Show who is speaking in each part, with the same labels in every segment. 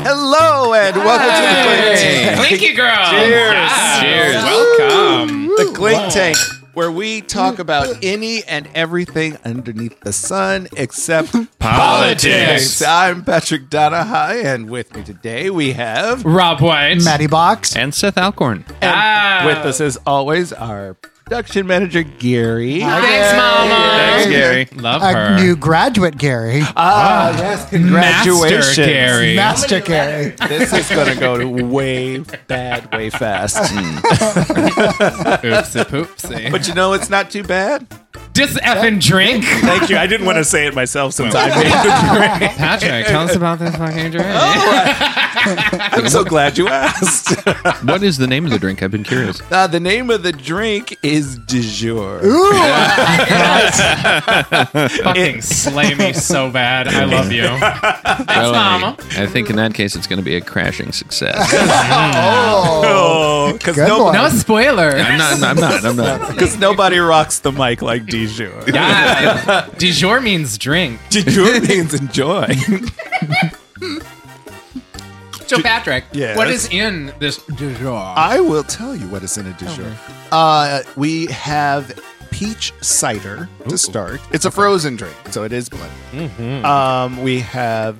Speaker 1: Hello and welcome
Speaker 2: Hey.
Speaker 3: Blinky girl.
Speaker 1: Cheers.
Speaker 3: Wow.
Speaker 2: Cheers.
Speaker 3: Welcome.
Speaker 1: to the Clink Tank. The Clink Tank, where we talk about any and everything underneath the sun except politics. I'm Patrick Donahue, and with me today we have.
Speaker 3: Rob White.
Speaker 4: Matty Box.
Speaker 2: And Seth Alcorn.
Speaker 3: Ah.
Speaker 1: With us, as always, our production manager, Gary.
Speaker 3: Thanks, Mama.
Speaker 2: Thanks, Gary.
Speaker 3: Love
Speaker 4: A
Speaker 3: her.
Speaker 4: new graduate, Gary.
Speaker 1: Ah, yes, congratulations.
Speaker 3: Master Gary.
Speaker 4: Master Gary.
Speaker 1: This is going to go way bad, way fast.
Speaker 3: Oopsie poopsie.
Speaker 1: But you know, it's not too bad.
Speaker 3: Just effing drink.
Speaker 1: Thank you. I didn't want to say it myself since I made the drink.
Speaker 2: Patrick, tell us about this fucking drink.
Speaker 1: I'm so glad you asked.
Speaker 5: What is the name of the drink? I've been curious.
Speaker 1: Uh, the name of the drink is du jour.
Speaker 3: Fucking slay me so bad. I love you. Thanks,
Speaker 5: Well, I-
Speaker 3: Mama.
Speaker 5: I think in that case, it's going to be a crashing success.
Speaker 1: Oh, because
Speaker 4: Good one.
Speaker 3: No spoiler.
Speaker 5: I'm not. I'm not. I'm not.
Speaker 1: nobody rocks the mic like du jour.
Speaker 3: Yeah. Du jour means drink.
Speaker 1: Du jour means enjoy.
Speaker 3: So, Patrick,
Speaker 1: Yes.
Speaker 3: what is in this du jour?
Speaker 1: I will tell you what is in a du jour. Uh, we have peach cider to start. It's a frozen drink, so it is blended. Um, we have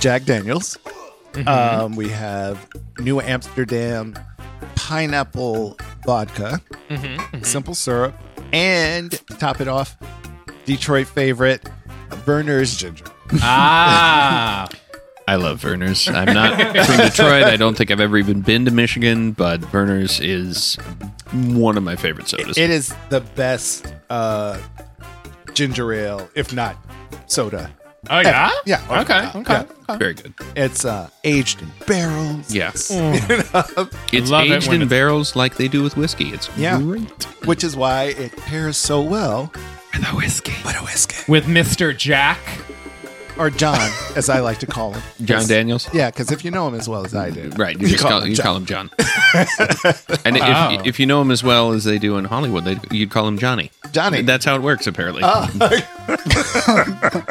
Speaker 1: Jack Daniels. Um, we have New Amsterdam pineapple vodka, simple syrup, and to top it off, Detroit favorite, Verner's ginger.
Speaker 3: ah.
Speaker 5: I love Verner's. I'm not from Detroit. I don't think I've ever even been to Michigan, but Verner's is one of my favorite sodas.
Speaker 1: It is the best uh, ginger ale, if not soda.
Speaker 3: Oh, yeah?
Speaker 1: Yeah.
Speaker 3: Okay. Okay.
Speaker 5: Very good.
Speaker 1: It's uh, aged in barrels.
Speaker 5: Yeah. It's
Speaker 3: love it
Speaker 5: aged
Speaker 3: when
Speaker 5: in
Speaker 3: it's-
Speaker 5: barrels like they do with whiskey. It's
Speaker 1: Yeah.
Speaker 5: great.
Speaker 1: which is why it pairs so well
Speaker 3: The whiskey.
Speaker 1: with a whiskey
Speaker 3: With Mr. Jack.
Speaker 1: or John, as I like to call him.
Speaker 5: John Daniels.
Speaker 1: Yeah, because if you know him as well as I do,
Speaker 5: Right, you, just call, you call him John. and
Speaker 3: Wow.
Speaker 5: if, if you know him as well as they do in Hollywood, they, you'd call him Johnny. Oh.
Speaker 1: Johnny.
Speaker 5: That's how it works, apparently. no,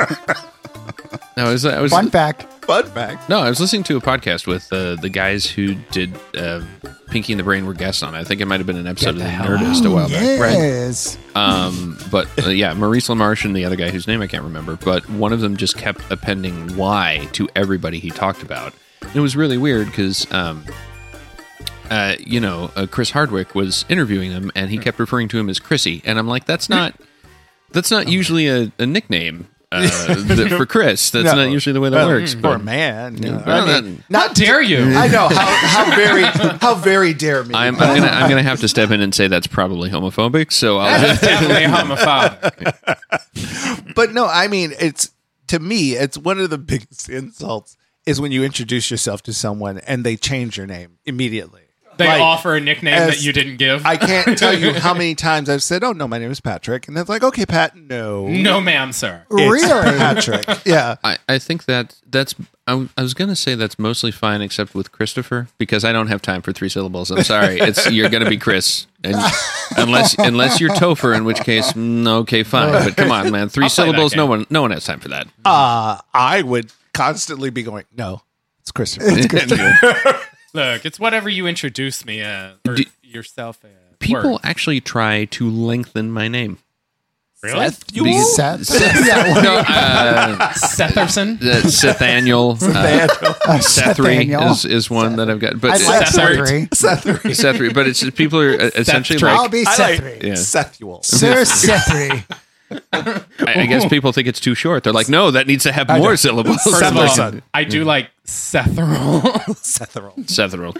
Speaker 5: I was, I was,
Speaker 4: Fun fact.
Speaker 1: fun fact.
Speaker 5: no, I was listening to a podcast with uh, the guys who did uh, Pinky and the Brain were guests on. it. I think it might have been an episode of the Nerdist a while back.
Speaker 4: Yes.
Speaker 5: Um, but uh, yeah, Maurice LaMarche and the other guy whose name I can't remember, but one of them just kept appending "why" to everybody he talked about. And it was really weird because, um, uh, you know, uh, Chris Hardwick was interviewing him, and he kept referring to him as Chrissy, and I'm like, that's not that's not usually a, a nickname uh, that- for Chris. That's
Speaker 1: No.
Speaker 5: not usually the way that
Speaker 1: Well,
Speaker 5: works.
Speaker 1: Poor
Speaker 5: But
Speaker 1: man. you know.
Speaker 5: Well,
Speaker 1: I mean,
Speaker 5: then-
Speaker 3: How dare you?
Speaker 1: I know how, how very how very dare me.
Speaker 5: I'm, I'm gonna I'm gonna have to step in and say that's probably homophobic. So I'll just
Speaker 3: Definitely homophobic.
Speaker 1: but no, I mean it's to me, it's one of the biggest insults is when you introduce yourself to someone and they change your name immediately.
Speaker 3: They
Speaker 1: Like,
Speaker 3: offer a nickname that
Speaker 1: as-
Speaker 3: you didn't give.
Speaker 1: I can't tell you how many times I've said, "Oh no, my name is Patrick," and it's like, "Okay, Pat, no,
Speaker 3: no, ma'am, sir.
Speaker 1: it's
Speaker 4: Really?
Speaker 1: Patrick." Yeah,
Speaker 5: I, I think that that's I, w- I was gonna say that's mostly fine except with Christopher because I don't have time for three syllables. I'm sorry. It's you're gonna be Chris, and unless unless you're Topher, in which case mm, okay fine. But come on, man,
Speaker 3: Oh.
Speaker 5: 3
Speaker 3: play that
Speaker 5: syllables. No
Speaker 3: game.
Speaker 5: one no one has time for that.
Speaker 1: uh, I would constantly be going, no, it's Christopher.
Speaker 3: Look, it's whatever you introduce me as, or
Speaker 5: Do-
Speaker 3: yourself as.
Speaker 5: People
Speaker 3: Word.
Speaker 5: actually try to lengthen my name.
Speaker 3: really?
Speaker 5: Because-
Speaker 4: Seth.
Speaker 5: no, uh,
Speaker 3: Setherson?
Speaker 5: that's Sethaniel. Uh, Sethry
Speaker 4: Sethaniel.
Speaker 5: is, is one that I've got, but
Speaker 4: I like
Speaker 3: Seth-
Speaker 4: Sethry.
Speaker 1: Sethry.
Speaker 5: Sethry. But it's people are uh, essentially
Speaker 3: Drake.
Speaker 4: I'll
Speaker 5: like
Speaker 4: be
Speaker 1: I like
Speaker 4: Sethry.
Speaker 5: Yeah.
Speaker 1: Sethual.
Speaker 4: Sir Sethry.
Speaker 5: I, I guess people think it's too short. They're like, no, that needs to have more syllables.
Speaker 3: First of all,
Speaker 1: Setherson.
Speaker 3: I do like Setherol.
Speaker 1: Sethual.
Speaker 5: Sethual.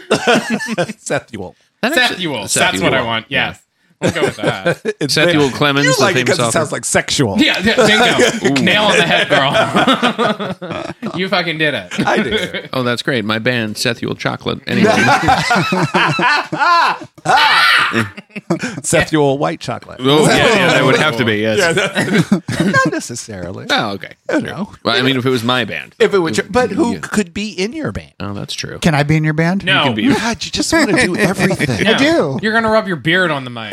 Speaker 1: Sethual.
Speaker 3: Sethuel. That's what I want. Yes. We'll go with that.
Speaker 1: It's
Speaker 5: Sethual
Speaker 1: very-
Speaker 5: Clemens,
Speaker 1: You
Speaker 5: the
Speaker 1: like it
Speaker 5: famous
Speaker 1: because it
Speaker 5: author.
Speaker 1: sounds like sexual.
Speaker 3: Yeah, yeah bingo. Nail on the head, girl. you fucking did it.
Speaker 1: I do.
Speaker 5: oh, that's great. My band, Sethual Chocolate. Anyway,
Speaker 1: Sethual white chocolate.
Speaker 5: oh, yeah, yeah, that would have to be, yes.
Speaker 1: Not necessarily.
Speaker 5: Oh, okay.
Speaker 1: know.
Speaker 5: Well, I mean, if it was my band.
Speaker 1: If it would, but who
Speaker 5: Yeah.
Speaker 1: could be in your band?
Speaker 5: Oh, that's true.
Speaker 4: Can I be in your band?
Speaker 3: No.
Speaker 1: God, you just want to do everything.
Speaker 3: No.
Speaker 4: I do.
Speaker 3: You're going to rub your beard on the mic.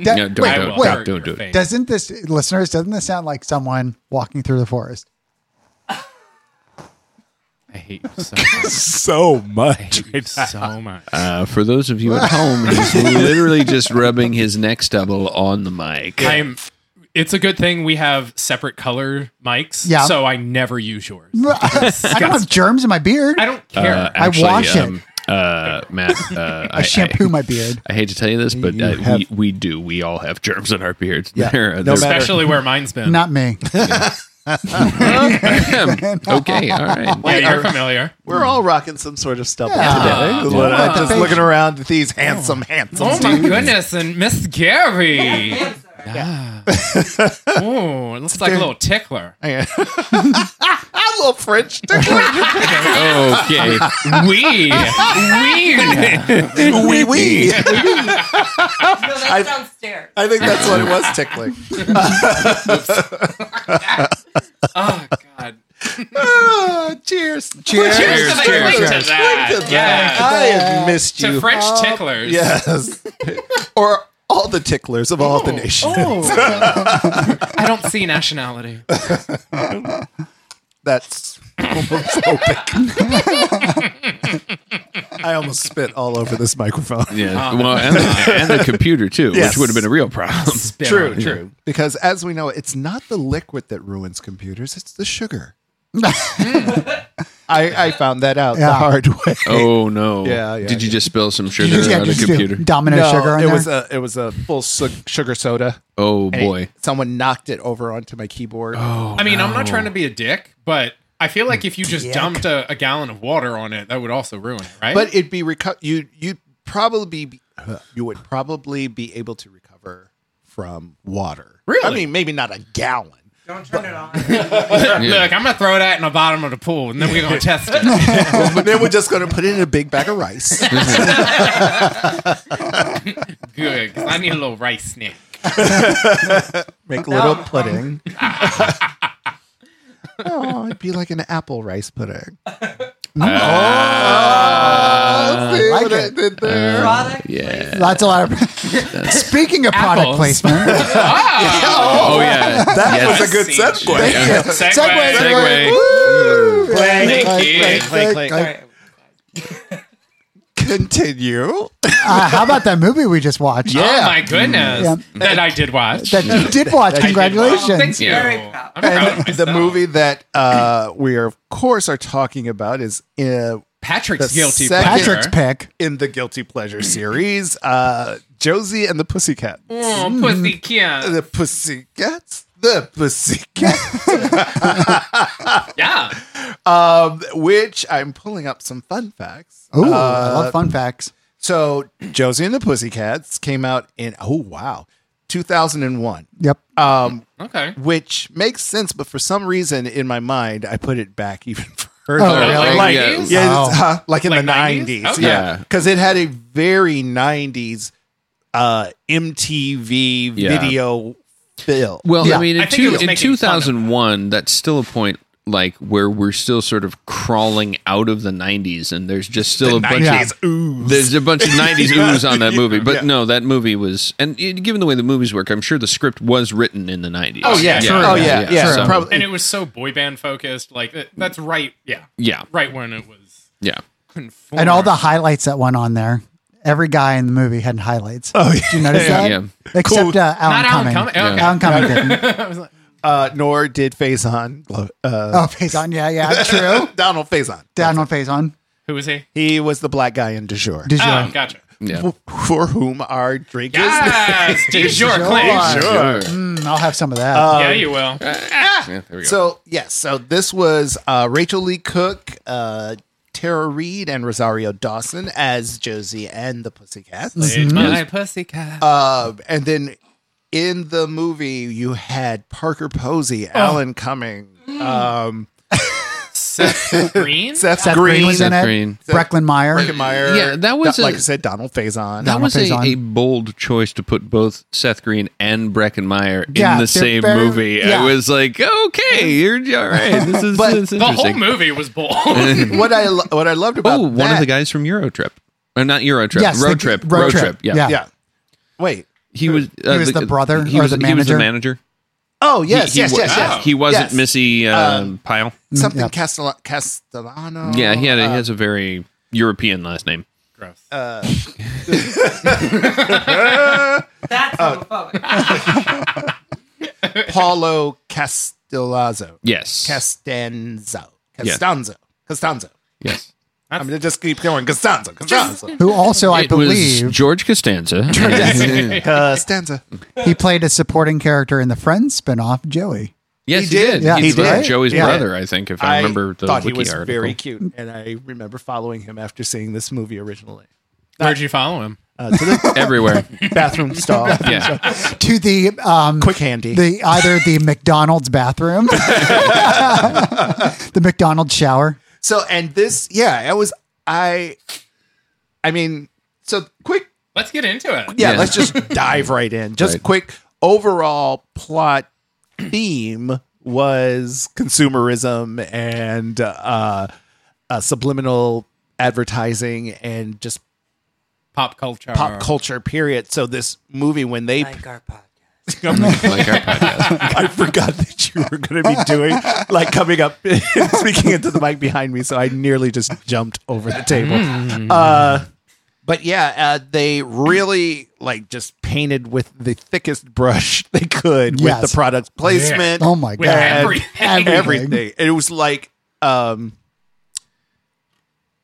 Speaker 5: No,
Speaker 4: That-
Speaker 5: don't,
Speaker 3: I
Speaker 4: Wait,
Speaker 3: will
Speaker 5: don't,
Speaker 4: wait.
Speaker 3: hurt
Speaker 5: don't do
Speaker 3: your
Speaker 5: it.
Speaker 3: face.
Speaker 4: Doesn't this, listeners, doesn't this sound like someone walking through the forest?
Speaker 2: I hate you so much.
Speaker 1: so
Speaker 2: I
Speaker 1: much.
Speaker 2: hate you so much.
Speaker 5: Uh, for those of you at home, he's literally just rubbing his next double on the mic.
Speaker 3: I'm. It's a good thing we have separate color mics,
Speaker 4: Yeah.
Speaker 3: so I never use yours.
Speaker 4: I don't have germs in my beard.
Speaker 3: I
Speaker 4: I,
Speaker 3: don't care.
Speaker 5: Uh,
Speaker 4: I wash it.
Speaker 5: Uh, Matt, uh, I,
Speaker 4: shampoo
Speaker 5: I-
Speaker 4: my beard.
Speaker 5: I hate to tell you this, but
Speaker 1: You
Speaker 5: uh,
Speaker 1: have-
Speaker 5: we, we do. We all have germs in our beards. uh,
Speaker 1: Yeah.
Speaker 5: They're-
Speaker 1: No
Speaker 5: they're-
Speaker 3: Especially where mine's been.
Speaker 4: Not me.
Speaker 5: okay, all right.
Speaker 3: yeah, you're familiar.
Speaker 1: We're all rocking some sort of stuff
Speaker 4: Yeah.
Speaker 1: today.
Speaker 4: Yeah.
Speaker 1: I'm just
Speaker 4: Yeah.
Speaker 1: looking around at these handsome, handsome.
Speaker 3: Oh my
Speaker 1: dudes.
Speaker 3: goodness, and Miss Gary. Oh, it looks like a little tickler.
Speaker 1: I'm a little French.
Speaker 5: Okay.
Speaker 3: We, we.
Speaker 1: Wee wee.
Speaker 6: No, that's downstairs.
Speaker 1: I think that's what it was tickling.
Speaker 3: Oh God.
Speaker 1: Oh, cheers.
Speaker 4: Cheers.
Speaker 3: Cheers to the
Speaker 5: cheers,
Speaker 3: drink to
Speaker 5: cheers.
Speaker 3: that. Yeah.
Speaker 1: I have missed you.
Speaker 3: To French ticklers.
Speaker 1: Yes. or all the ticklers of all
Speaker 3: Oh.
Speaker 1: the nations.
Speaker 3: I don't see nationality.
Speaker 1: That's homophobic. I almost spit all over this microphone.
Speaker 5: Yeah. well, and the, and the computer too,
Speaker 1: Yes.
Speaker 5: which would have been a real problem.
Speaker 3: Spit on it.
Speaker 1: Because as we know, it's not the liquid that ruins computers, it's the sugar. I, I found that out the
Speaker 4: Yeah.
Speaker 1: hard way.
Speaker 5: Oh no.
Speaker 1: Yeah, yeah,
Speaker 5: Did you
Speaker 1: yeah.
Speaker 5: just spill some sugar
Speaker 4: Yeah,
Speaker 5: on the
Speaker 4: just do
Speaker 5: computer?
Speaker 4: Domino sugar on
Speaker 1: it
Speaker 4: there.
Speaker 3: uh,
Speaker 1: was a it was a full su- sugar soda.
Speaker 5: Oh
Speaker 1: and it-
Speaker 5: boy.
Speaker 1: someone knocked it over onto my keyboard.
Speaker 3: I mean, I'm not trying to be a dick, but I feel like if you just dumped a, a gallon of water on it, that would also ruin it, right?
Speaker 1: But it'd be reco- you you probably be, you would probably be able to recover from water.
Speaker 3: Really?
Speaker 1: I mean, maybe not a gallon.
Speaker 6: Don't turn it on.
Speaker 3: look, I'm gonna throw that in the bottom of the pool, and then we're gonna test it.
Speaker 1: but then we're just going to put it in a big bag of rice.
Speaker 3: Good, 'cause I need a little rice snack.
Speaker 1: Make a little pudding. oh, it'd be like an apple rice pudding. Mm. oh, see
Speaker 4: Uh, like
Speaker 1: what I
Speaker 4: it. Uh,
Speaker 1: did there?
Speaker 6: Product
Speaker 5: Yeah.
Speaker 4: That's a lot of. Speaking of
Speaker 3: Apples.
Speaker 4: product placement,
Speaker 5: Oh yeah.
Speaker 1: that
Speaker 5: Yes.
Speaker 1: was a good
Speaker 3: Seed.
Speaker 1: segue.
Speaker 3: Segway.
Speaker 4: Segway.
Speaker 5: Segway.
Speaker 1: Woo!
Speaker 3: Thank you.
Speaker 6: Sorry.
Speaker 1: Continue.
Speaker 4: uh, how about that movie we just watched?
Speaker 3: Oh my goodness,
Speaker 4: Yeah.
Speaker 3: that I did watch.
Speaker 4: That you did watch.
Speaker 3: I did watch.
Speaker 4: Congratulations.
Speaker 3: Thank you.
Speaker 6: oh, Very proud.
Speaker 3: I'm proud
Speaker 1: And
Speaker 3: of
Speaker 1: the
Speaker 3: myself.
Speaker 1: movie that uh, we, are, of course, are talking about is uh,
Speaker 3: Patrick's
Speaker 1: the
Speaker 3: guilty.
Speaker 1: second-
Speaker 3: pleasure.
Speaker 4: Patrick's pick.
Speaker 1: in the Guilty Pleasure series uh, Josie and the Pussycat.
Speaker 3: Oh,
Speaker 1: Hmm.
Speaker 3: pussy cat.
Speaker 1: The Pussycats? The Pussycat.
Speaker 3: Yeah.
Speaker 1: um, which I'm pulling up some fun facts.
Speaker 4: Ooh, I
Speaker 1: Uh,
Speaker 4: love fun facts.
Speaker 1: So, Josie and the Pussycats came out in, oh, wow, 2001.
Speaker 4: Yep.
Speaker 1: Um,
Speaker 3: Okay.
Speaker 1: which makes sense, but for some reason in my mind, I put it back even further.
Speaker 4: Oh, really?
Speaker 1: Like,
Speaker 5: Yeah.
Speaker 1: yeah,
Speaker 4: Wow.
Speaker 1: it's, huh, like in
Speaker 3: Like
Speaker 1: the
Speaker 3: 90s?
Speaker 1: 90s.
Speaker 3: Okay.
Speaker 1: Yeah. Because it had a very 90s uh, MTV
Speaker 5: Yeah.
Speaker 1: video feel.
Speaker 5: Well,
Speaker 4: Yeah.
Speaker 5: I mean,
Speaker 3: I
Speaker 5: in,
Speaker 3: think it
Speaker 5: two,
Speaker 3: was
Speaker 5: in
Speaker 3: making fun of
Speaker 5: 2001, that's still a point like where we're still sort of crawling out of the 90s, and there's just still a bunch of
Speaker 1: ooze.
Speaker 5: there's a bunch of 90s ooze on that movie. But
Speaker 1: Yeah.
Speaker 5: no, that movie was, and uh, given the way the movies work, I'm sure the script was written in the 90s.
Speaker 1: Oh yeah,
Speaker 3: Sure.
Speaker 1: oh yeah, yeah.
Speaker 5: yeah.
Speaker 4: Sure.
Speaker 5: So,
Speaker 1: Probably,
Speaker 3: And it was so boy band focused. Like that, that's right. Yeah.
Speaker 5: yeah,
Speaker 3: Right when it was.
Speaker 5: yeah.
Speaker 4: And all the highlights that went on there. Every guy in the movie had highlights.
Speaker 1: oh yeah.
Speaker 4: Did you notice that?
Speaker 5: Yeah.
Speaker 4: Except uh, Alan
Speaker 3: Not Alan
Speaker 4: Cumming.
Speaker 3: Cumming. Okay.
Speaker 4: Alan Cumming didn't.
Speaker 1: Uh, nor did Faison. glo- Uh,
Speaker 4: Oh, Faison. Yeah, yeah, true.
Speaker 1: Donald Faison.
Speaker 4: Down on Faison.
Speaker 3: Who was he?
Speaker 1: He was the black guy in Du jour.
Speaker 4: Did you?
Speaker 3: Oh, gotcha. Ah,
Speaker 5: yeah.
Speaker 1: F- for whom our drink
Speaker 3: Yes, du jour, Clint.
Speaker 1: is.
Speaker 4: Mm, I'll have some of that.
Speaker 3: yeah, you will.
Speaker 5: Yeah, there we go.
Speaker 1: So yes, so this was uh, Rachel Lee Cook, uh, Tara Reid, and Rosario Dawson as Josie and the Pussycats.
Speaker 3: my pussy cat.
Speaker 1: Uh, and then in the movie, you had Parker Posey,
Speaker 5: Oh.
Speaker 1: Alan Cumming, um,
Speaker 3: Seth Uh, Green.
Speaker 1: Seth,
Speaker 4: Seth
Speaker 1: Green,
Speaker 4: Green, was in
Speaker 5: Seth
Speaker 4: it.
Speaker 5: Green.
Speaker 4: Brecklin Meyer.
Speaker 1: Meyer.
Speaker 5: Yeah, that was
Speaker 1: like
Speaker 5: a-
Speaker 1: I said, Donald Faison.
Speaker 5: That
Speaker 4: Donald
Speaker 5: was a,
Speaker 4: Faison.
Speaker 5: a bold choice to put both Seth Green and Breckenmeyer
Speaker 4: Yeah,
Speaker 5: in the
Speaker 4: they're
Speaker 5: same
Speaker 4: very-
Speaker 5: movie.
Speaker 4: yeah.
Speaker 5: I was like, okay, you're all right. This
Speaker 1: Mm.
Speaker 5: is,
Speaker 1: But
Speaker 5: this is
Speaker 3: the whole
Speaker 5: interesting.
Speaker 3: movie was bull.
Speaker 1: what I lo- what I loved about
Speaker 5: oh, one of
Speaker 1: that-
Speaker 5: the guys from Euro Trip, or not Euro Trip,
Speaker 4: Yes,
Speaker 5: Road
Speaker 4: the-
Speaker 5: Trip,
Speaker 4: Road Trip,
Speaker 5: Yeah,
Speaker 4: yeah.
Speaker 1: Yeah. Wait.
Speaker 5: he was. uh,
Speaker 4: He was the brother
Speaker 5: He
Speaker 4: or
Speaker 5: was
Speaker 4: the
Speaker 5: He was the
Speaker 4: manager?
Speaker 5: manager.
Speaker 1: Oh yes,
Speaker 5: he,
Speaker 1: yes,
Speaker 5: wa-
Speaker 1: yes, yes.
Speaker 5: He wasn't
Speaker 1: Yes.
Speaker 5: Missy um,
Speaker 1: Um,
Speaker 5: Pyle.
Speaker 1: Something
Speaker 4: Yeah.
Speaker 1: Castel- Castellano.
Speaker 5: Yeah, he had a,
Speaker 1: uh,
Speaker 5: he has a very European last name.
Speaker 3: Gross.
Speaker 6: That's
Speaker 5: uh,
Speaker 6: homophobic.
Speaker 1: Paulo Castellazzo.
Speaker 5: Yes.
Speaker 1: Castanzo.
Speaker 5: Yeah.
Speaker 1: Castanzo. Castanzo.
Speaker 5: Yes.
Speaker 1: I'm gonna just keep going. Costanza, Costanza,
Speaker 4: Who also, I
Speaker 5: it was
Speaker 4: believe,
Speaker 5: George Costanza. yes,
Speaker 1: Costanza.
Speaker 4: he played a supporting character in the Friends spinoff, Joey.
Speaker 5: he
Speaker 1: He did.
Speaker 5: did.
Speaker 4: Yeah,
Speaker 1: he
Speaker 5: played
Speaker 1: did.
Speaker 5: Joey's
Speaker 4: Yeah.
Speaker 5: brother, I think, if I, remember the
Speaker 1: thought
Speaker 5: wiki
Speaker 1: he was
Speaker 5: article.
Speaker 1: very cute, and I remember following him after seeing this movie originally
Speaker 3: Where'd you follow him?
Speaker 1: uh, to the
Speaker 5: everywhere.
Speaker 1: bathroom stall.
Speaker 5: Yeah.
Speaker 4: To the um,
Speaker 1: Quick handy.
Speaker 4: the either the McDonald's bathroom, the McDonald's shower.
Speaker 1: so and this, yeah, it was I. I mean, so quick.
Speaker 3: Let's get into it.
Speaker 1: Yeah,
Speaker 5: Yeah.
Speaker 1: let's just dive right in. Just
Speaker 5: Right.
Speaker 1: quick overall plot theme was consumerism and uh, uh, subliminal advertising and just
Speaker 3: Pop culture.
Speaker 5: Uh.
Speaker 1: pop culture period. So this movie, when they,
Speaker 6: Like our podcast.
Speaker 5: like uh, our podcast.
Speaker 1: I forgot that you were going to be doing like coming up, and speaking into the mic behind me, so I nearly just jumped over the table. Uh, but yeah, uh, they really like just painted with the thickest brush they could with
Speaker 4: Yes.
Speaker 1: the product placement.
Speaker 4: Oh my
Speaker 3: With
Speaker 4: god!
Speaker 3: everything.
Speaker 1: and
Speaker 4: Everything.
Speaker 1: everything. It was like um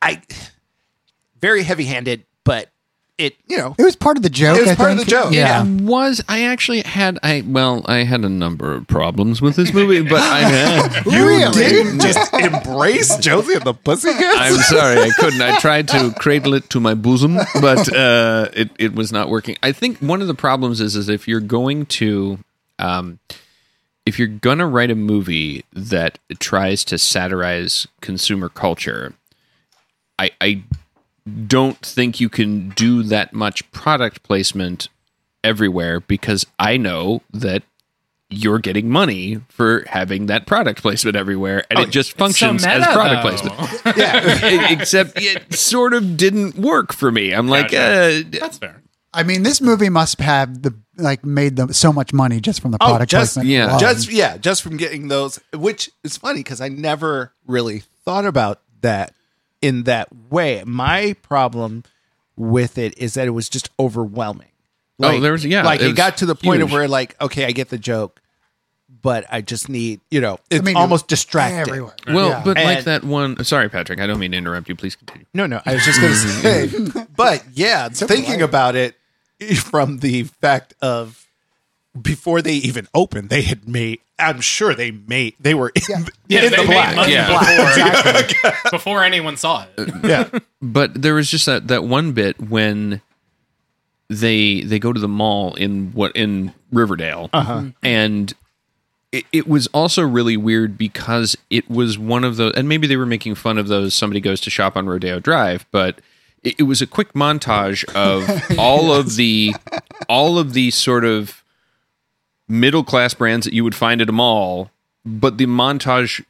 Speaker 1: I very heavy-handed, but it, you know,
Speaker 4: It was part of the joke.
Speaker 1: It was
Speaker 4: I
Speaker 1: part of
Speaker 4: think.
Speaker 1: the joke.
Speaker 4: Yeah.
Speaker 5: It was I actually had I well I had a number of problems with this movie, but I
Speaker 1: you
Speaker 4: Really?
Speaker 1: didn't just embrace Josie and the Pussycats.
Speaker 5: I'm sorry I couldn't. I tried to cradle it to my bosom, but uh, it it was not working. I think one of the problems is is if you're going to um, if you're gonna write a movie that tries to satirize consumer culture, I I don't think you can do that much product placement everywhere because I know that you're getting money for having that product placement everywhere and it just functions
Speaker 3: Oh, so
Speaker 5: as
Speaker 3: meta,
Speaker 5: product
Speaker 3: though.
Speaker 5: placement. yeah, E-, except it sort of didn't work for me. I'm like uh,
Speaker 3: That's fair.
Speaker 4: I mean, this movie must have the like made them so much money just from the
Speaker 1: Oh,
Speaker 4: product
Speaker 1: just-
Speaker 4: placement.
Speaker 5: yeah.
Speaker 4: alone.
Speaker 1: just yeah, just from getting those, which is funny because I never really thought about that in that way. My problem with it is that it was just overwhelming.
Speaker 5: Oh, there was- yeah,
Speaker 1: like
Speaker 5: it
Speaker 1: it,
Speaker 5: was
Speaker 1: got to the point of
Speaker 5: huge.
Speaker 1: where like, okay, I get the joke, but I just need you know, it's
Speaker 4: mean,
Speaker 1: almost
Speaker 4: it-
Speaker 1: distracting.
Speaker 4: everywhere.
Speaker 5: well, but like
Speaker 1: And-
Speaker 5: that one. Sorry, Patrick. I don't mean to interrupt you. Please continue.
Speaker 1: No, no, I was just going to say, but yeah, thinking about it from the fact of before they even opened, they had made. I'm sure they made. They were in,
Speaker 3: Yeah,
Speaker 1: in
Speaker 3: they
Speaker 1: the
Speaker 3: made
Speaker 1: black.
Speaker 3: money
Speaker 5: Yeah.
Speaker 3: before, before anyone saw it.
Speaker 1: Yeah.
Speaker 5: but there was just that that one bit when they they go to the mall in what in Riverdale, and it, it was also really weird because it was one of those, and maybe they were making fun of those. Somebody goes to shop on Rodeo Drive, but it, it was a quick montage of all of the all of the sort of middle class brands that you would find at a mall, but the montage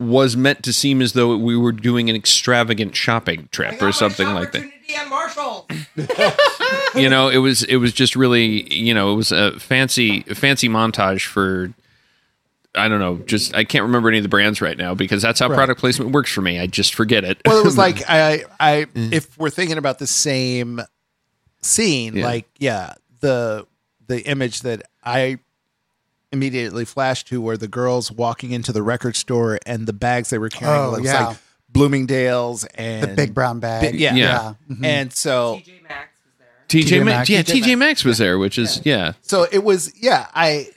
Speaker 5: was meant to seem as though we were doing an extravagant shopping trip or something like that.
Speaker 6: Opportunity at Marshall's.
Speaker 5: You know, it was it was just really, you know, it was a fancy fancy montage for I don't know, just I can't remember any of the brands right now because that's how product placement works for me. I just forget it.
Speaker 1: Well, it was like I, I,
Speaker 4: Mm.
Speaker 1: if we're thinking about the same scene,
Speaker 5: Yeah.
Speaker 1: like yeah, the the image that I immediately flashed to were the girls walking into the record store and the bags they were carrying
Speaker 4: Oh,
Speaker 1: looks
Speaker 4: yeah.
Speaker 1: like Bloomingdale's and
Speaker 4: the big brown bag.
Speaker 1: Big- yeah.
Speaker 5: Yeah.
Speaker 4: Mm-hmm.
Speaker 1: And so,
Speaker 6: TJ Maxx was there.
Speaker 5: TJ,
Speaker 4: TJ
Speaker 5: Maxx,
Speaker 4: Maxx.
Speaker 5: yeah, TJ Maxx was there, which is yeah.
Speaker 1: so it was yeah. I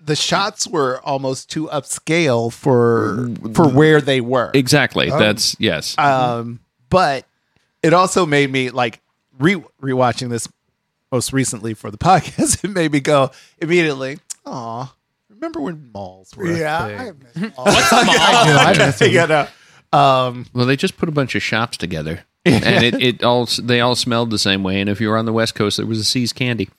Speaker 1: the shots were almost too upscale for for where they were.
Speaker 5: Exactly. That's yes.
Speaker 1: Um, but it also made me like re rewatching this most recently for the podcast. It made me go immediately. Aw, remember when malls were? a
Speaker 4: Yeah,
Speaker 1: thing?"
Speaker 4: I miss all-
Speaker 3: Mall.
Speaker 1: you know,
Speaker 5: Well, they just put a bunch of shops together, and it, it all they all smelled the same way. And if you were on the West Coast, there was a See's Candy.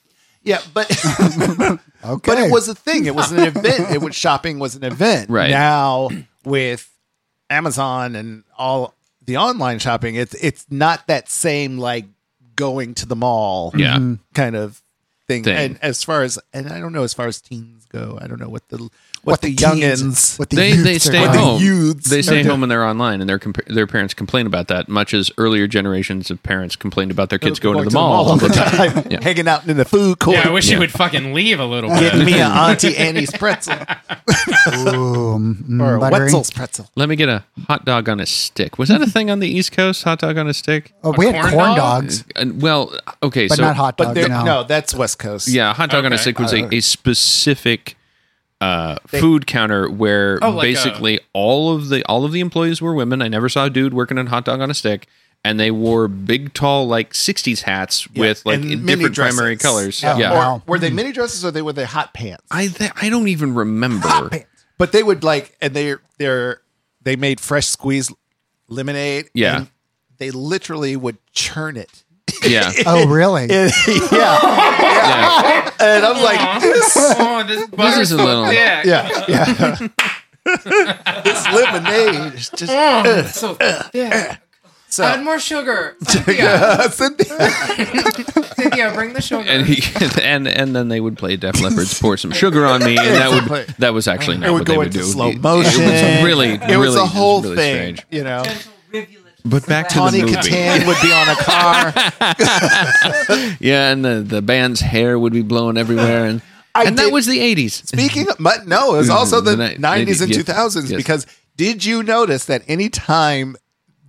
Speaker 1: yeah, but
Speaker 4: okay.
Speaker 1: but it was a thing. It was an event. It was shopping was an event.
Speaker 5: Right.
Speaker 1: now with Amazon and all the online shopping, it's it's not that same like going to the mall
Speaker 5: Yeah. Mm-hmm.
Speaker 1: kind of thing.
Speaker 5: Thing.
Speaker 1: And as far as and I don't know as far as teens go, I don't know what the what,
Speaker 4: What
Speaker 1: the,
Speaker 4: the teens-
Speaker 1: youngins
Speaker 4: what the
Speaker 5: They,
Speaker 4: youths
Speaker 5: they
Speaker 4: are
Speaker 5: stay
Speaker 4: doing.
Speaker 1: the
Speaker 5: home.
Speaker 1: youths
Speaker 5: they
Speaker 1: are
Speaker 5: stay
Speaker 1: doing.
Speaker 5: home and they're online, and their compa- their parents complain about that, much as earlier generations of parents complained about their kids going, to the mall. all the time. Yeah.
Speaker 1: hanging out in the food court.
Speaker 3: Yeah, I wish
Speaker 5: Yeah.
Speaker 3: you would fucking leave a little bit.
Speaker 1: Give me an Auntie Annie's pretzel
Speaker 4: Ooh, mm,
Speaker 1: or a
Speaker 4: buttery.
Speaker 1: Wetzel's pretzel.
Speaker 5: Let me get a hot dog on a stick. Was that a thing on the East Coast? Hot dog on a stick?
Speaker 4: Oh, we had
Speaker 3: corn
Speaker 4: corn,
Speaker 3: dog?
Speaker 4: dogs,
Speaker 5: And, well, okay,
Speaker 4: but
Speaker 5: so
Speaker 4: not hot
Speaker 1: But
Speaker 4: dog.
Speaker 1: there-
Speaker 4: no.
Speaker 1: no, that's West Coast.
Speaker 5: Yeah, hot dog on a
Speaker 3: Okay.
Speaker 5: stick was a, a specific uh, food counter where
Speaker 3: Oh, like
Speaker 5: basically all of the all of the employees were women. I never saw a dude working on hot dog on a stick, and they wore big, tall, like '60s hats with like
Speaker 1: And
Speaker 5: in
Speaker 1: mini
Speaker 5: different
Speaker 1: dresses.
Speaker 5: primary colors.
Speaker 4: Yeah.
Speaker 5: yeah,
Speaker 1: Or
Speaker 4: Wow.
Speaker 1: were they mini dresses or they were they hot pants?
Speaker 5: I th- I don't even remember.
Speaker 1: but they would like and they they're they made fresh squeezed lemonade.
Speaker 5: Yeah.
Speaker 1: and they literally would churn it.
Speaker 5: Yeah,
Speaker 4: Oh, really?
Speaker 1: yeah,
Speaker 5: yeah.
Speaker 1: and I'm like, this,
Speaker 3: Oh, this,
Speaker 5: this is a little.
Speaker 3: Yeah.
Speaker 1: yeah, yeah. this lemonade is just uh,
Speaker 3: Oh, so add
Speaker 1: so.
Speaker 3: more sugar. Cynthia, Cynthia, bring the sugar.
Speaker 5: And he and and then they would play Def Leppard's "Pour Some Sugar on Me," and that would that was actually not
Speaker 1: It would
Speaker 5: what they
Speaker 1: go
Speaker 5: would
Speaker 1: into
Speaker 5: do.
Speaker 1: slow
Speaker 5: It-
Speaker 1: motion.
Speaker 5: It was really,
Speaker 1: It was
Speaker 5: really-
Speaker 1: a whole
Speaker 5: really
Speaker 1: thing,
Speaker 5: strange.
Speaker 1: you know.
Speaker 6: Gentle rivulet.
Speaker 5: But back to the
Speaker 1: Tawny
Speaker 5: movie.
Speaker 1: Catan would be on a car.
Speaker 5: Yeah, and the, the band's hair would be blowing everywhere, and
Speaker 1: I
Speaker 5: and that
Speaker 1: did-
Speaker 5: was the eighties.
Speaker 1: Speaking of, but no, it was also the,
Speaker 5: Mm-hmm. The ni-
Speaker 1: 90s and
Speaker 5: yes,
Speaker 1: 2000s
Speaker 5: yes.
Speaker 1: because did you notice that any time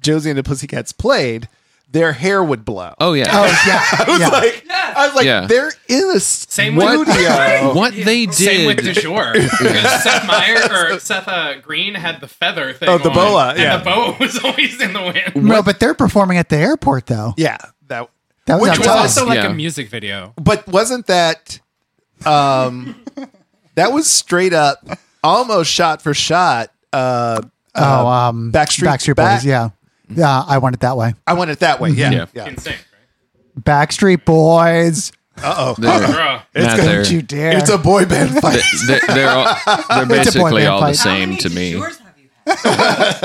Speaker 1: Josie and the Pussycats played, their hair would blow?
Speaker 5: Oh yeah,
Speaker 4: Oh, yeah.
Speaker 1: I was
Speaker 4: yeah.
Speaker 1: like, I was like,
Speaker 5: Yeah.
Speaker 1: they're in a
Speaker 3: Same
Speaker 1: Same
Speaker 3: with-
Speaker 1: studio.
Speaker 5: what they did.
Speaker 3: Same with the shore. Seth Meyer or Seth uh, Green had the feather thing.
Speaker 1: Oh, the
Speaker 3: on,
Speaker 1: boa, yeah.
Speaker 3: And the boa was always in the wind.
Speaker 4: No, but they're performing at the airport though.
Speaker 1: yeah, that.
Speaker 4: That was
Speaker 1: Which
Speaker 3: It was
Speaker 1: Tell
Speaker 4: outside.
Speaker 1: us.
Speaker 3: also like
Speaker 5: Yeah.
Speaker 3: a music video.
Speaker 1: But wasn't that, um, that was straight up, almost shot for shot. Uh,
Speaker 4: oh, um,
Speaker 1: Backstreet
Speaker 4: Backstreet
Speaker 1: Back-
Speaker 4: Boys. Yeah, yeah. I want it that way.
Speaker 1: I went it that way. Yeah,
Speaker 5: Yeah.
Speaker 1: yeah.
Speaker 3: Insane,
Speaker 4: Backstreet Boys.
Speaker 1: Uh oh,
Speaker 5: They're,
Speaker 3: right? Bruh.
Speaker 5: not
Speaker 4: Don't
Speaker 5: there.
Speaker 4: you dare!
Speaker 1: it's a boy band fight.
Speaker 5: They're, they're all, they're
Speaker 4: It's a boy
Speaker 5: basically
Speaker 4: band
Speaker 5: all the
Speaker 4: fight.
Speaker 6: How
Speaker 5: same
Speaker 6: many
Speaker 5: to me.
Speaker 6: yours have you had?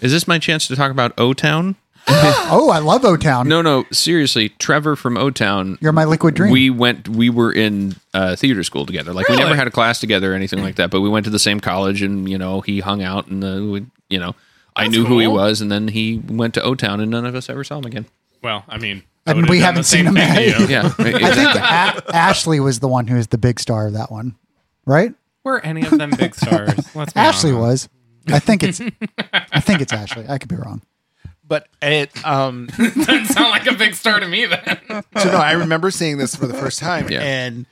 Speaker 5: Is this my chance to talk about O Town?
Speaker 4: oh, I love O Town.
Speaker 5: No, no, seriously, Trevor from O Town.
Speaker 4: You're my liquid dream.
Speaker 5: We went. We were in uh, theater school together. Like we never had a class together or anything
Speaker 4: Mm.
Speaker 5: like that. But we went to the same college, and you know, he hung out, and uh, we, you know, I knew who he
Speaker 3: cool.
Speaker 5: was, and then he went to O Town, and none of us ever saw him again.
Speaker 3: Well, I mean,
Speaker 4: And
Speaker 3: would've
Speaker 4: we
Speaker 3: done
Speaker 4: haven't
Speaker 3: the same
Speaker 4: seen them
Speaker 3: thing to you.
Speaker 5: Yeah,
Speaker 4: I think a- Ashley was the one who is the big star of that one, right?
Speaker 3: Were any of them big stars? Let's be
Speaker 4: Ashley
Speaker 3: honest.
Speaker 4: was. I think it's. I think it's Ashley. I could be wrong.
Speaker 1: But it, um,
Speaker 3: Doesn't sound like a big star to me then.
Speaker 1: so no, I remember seeing this for the first time,
Speaker 5: Yeah.
Speaker 1: and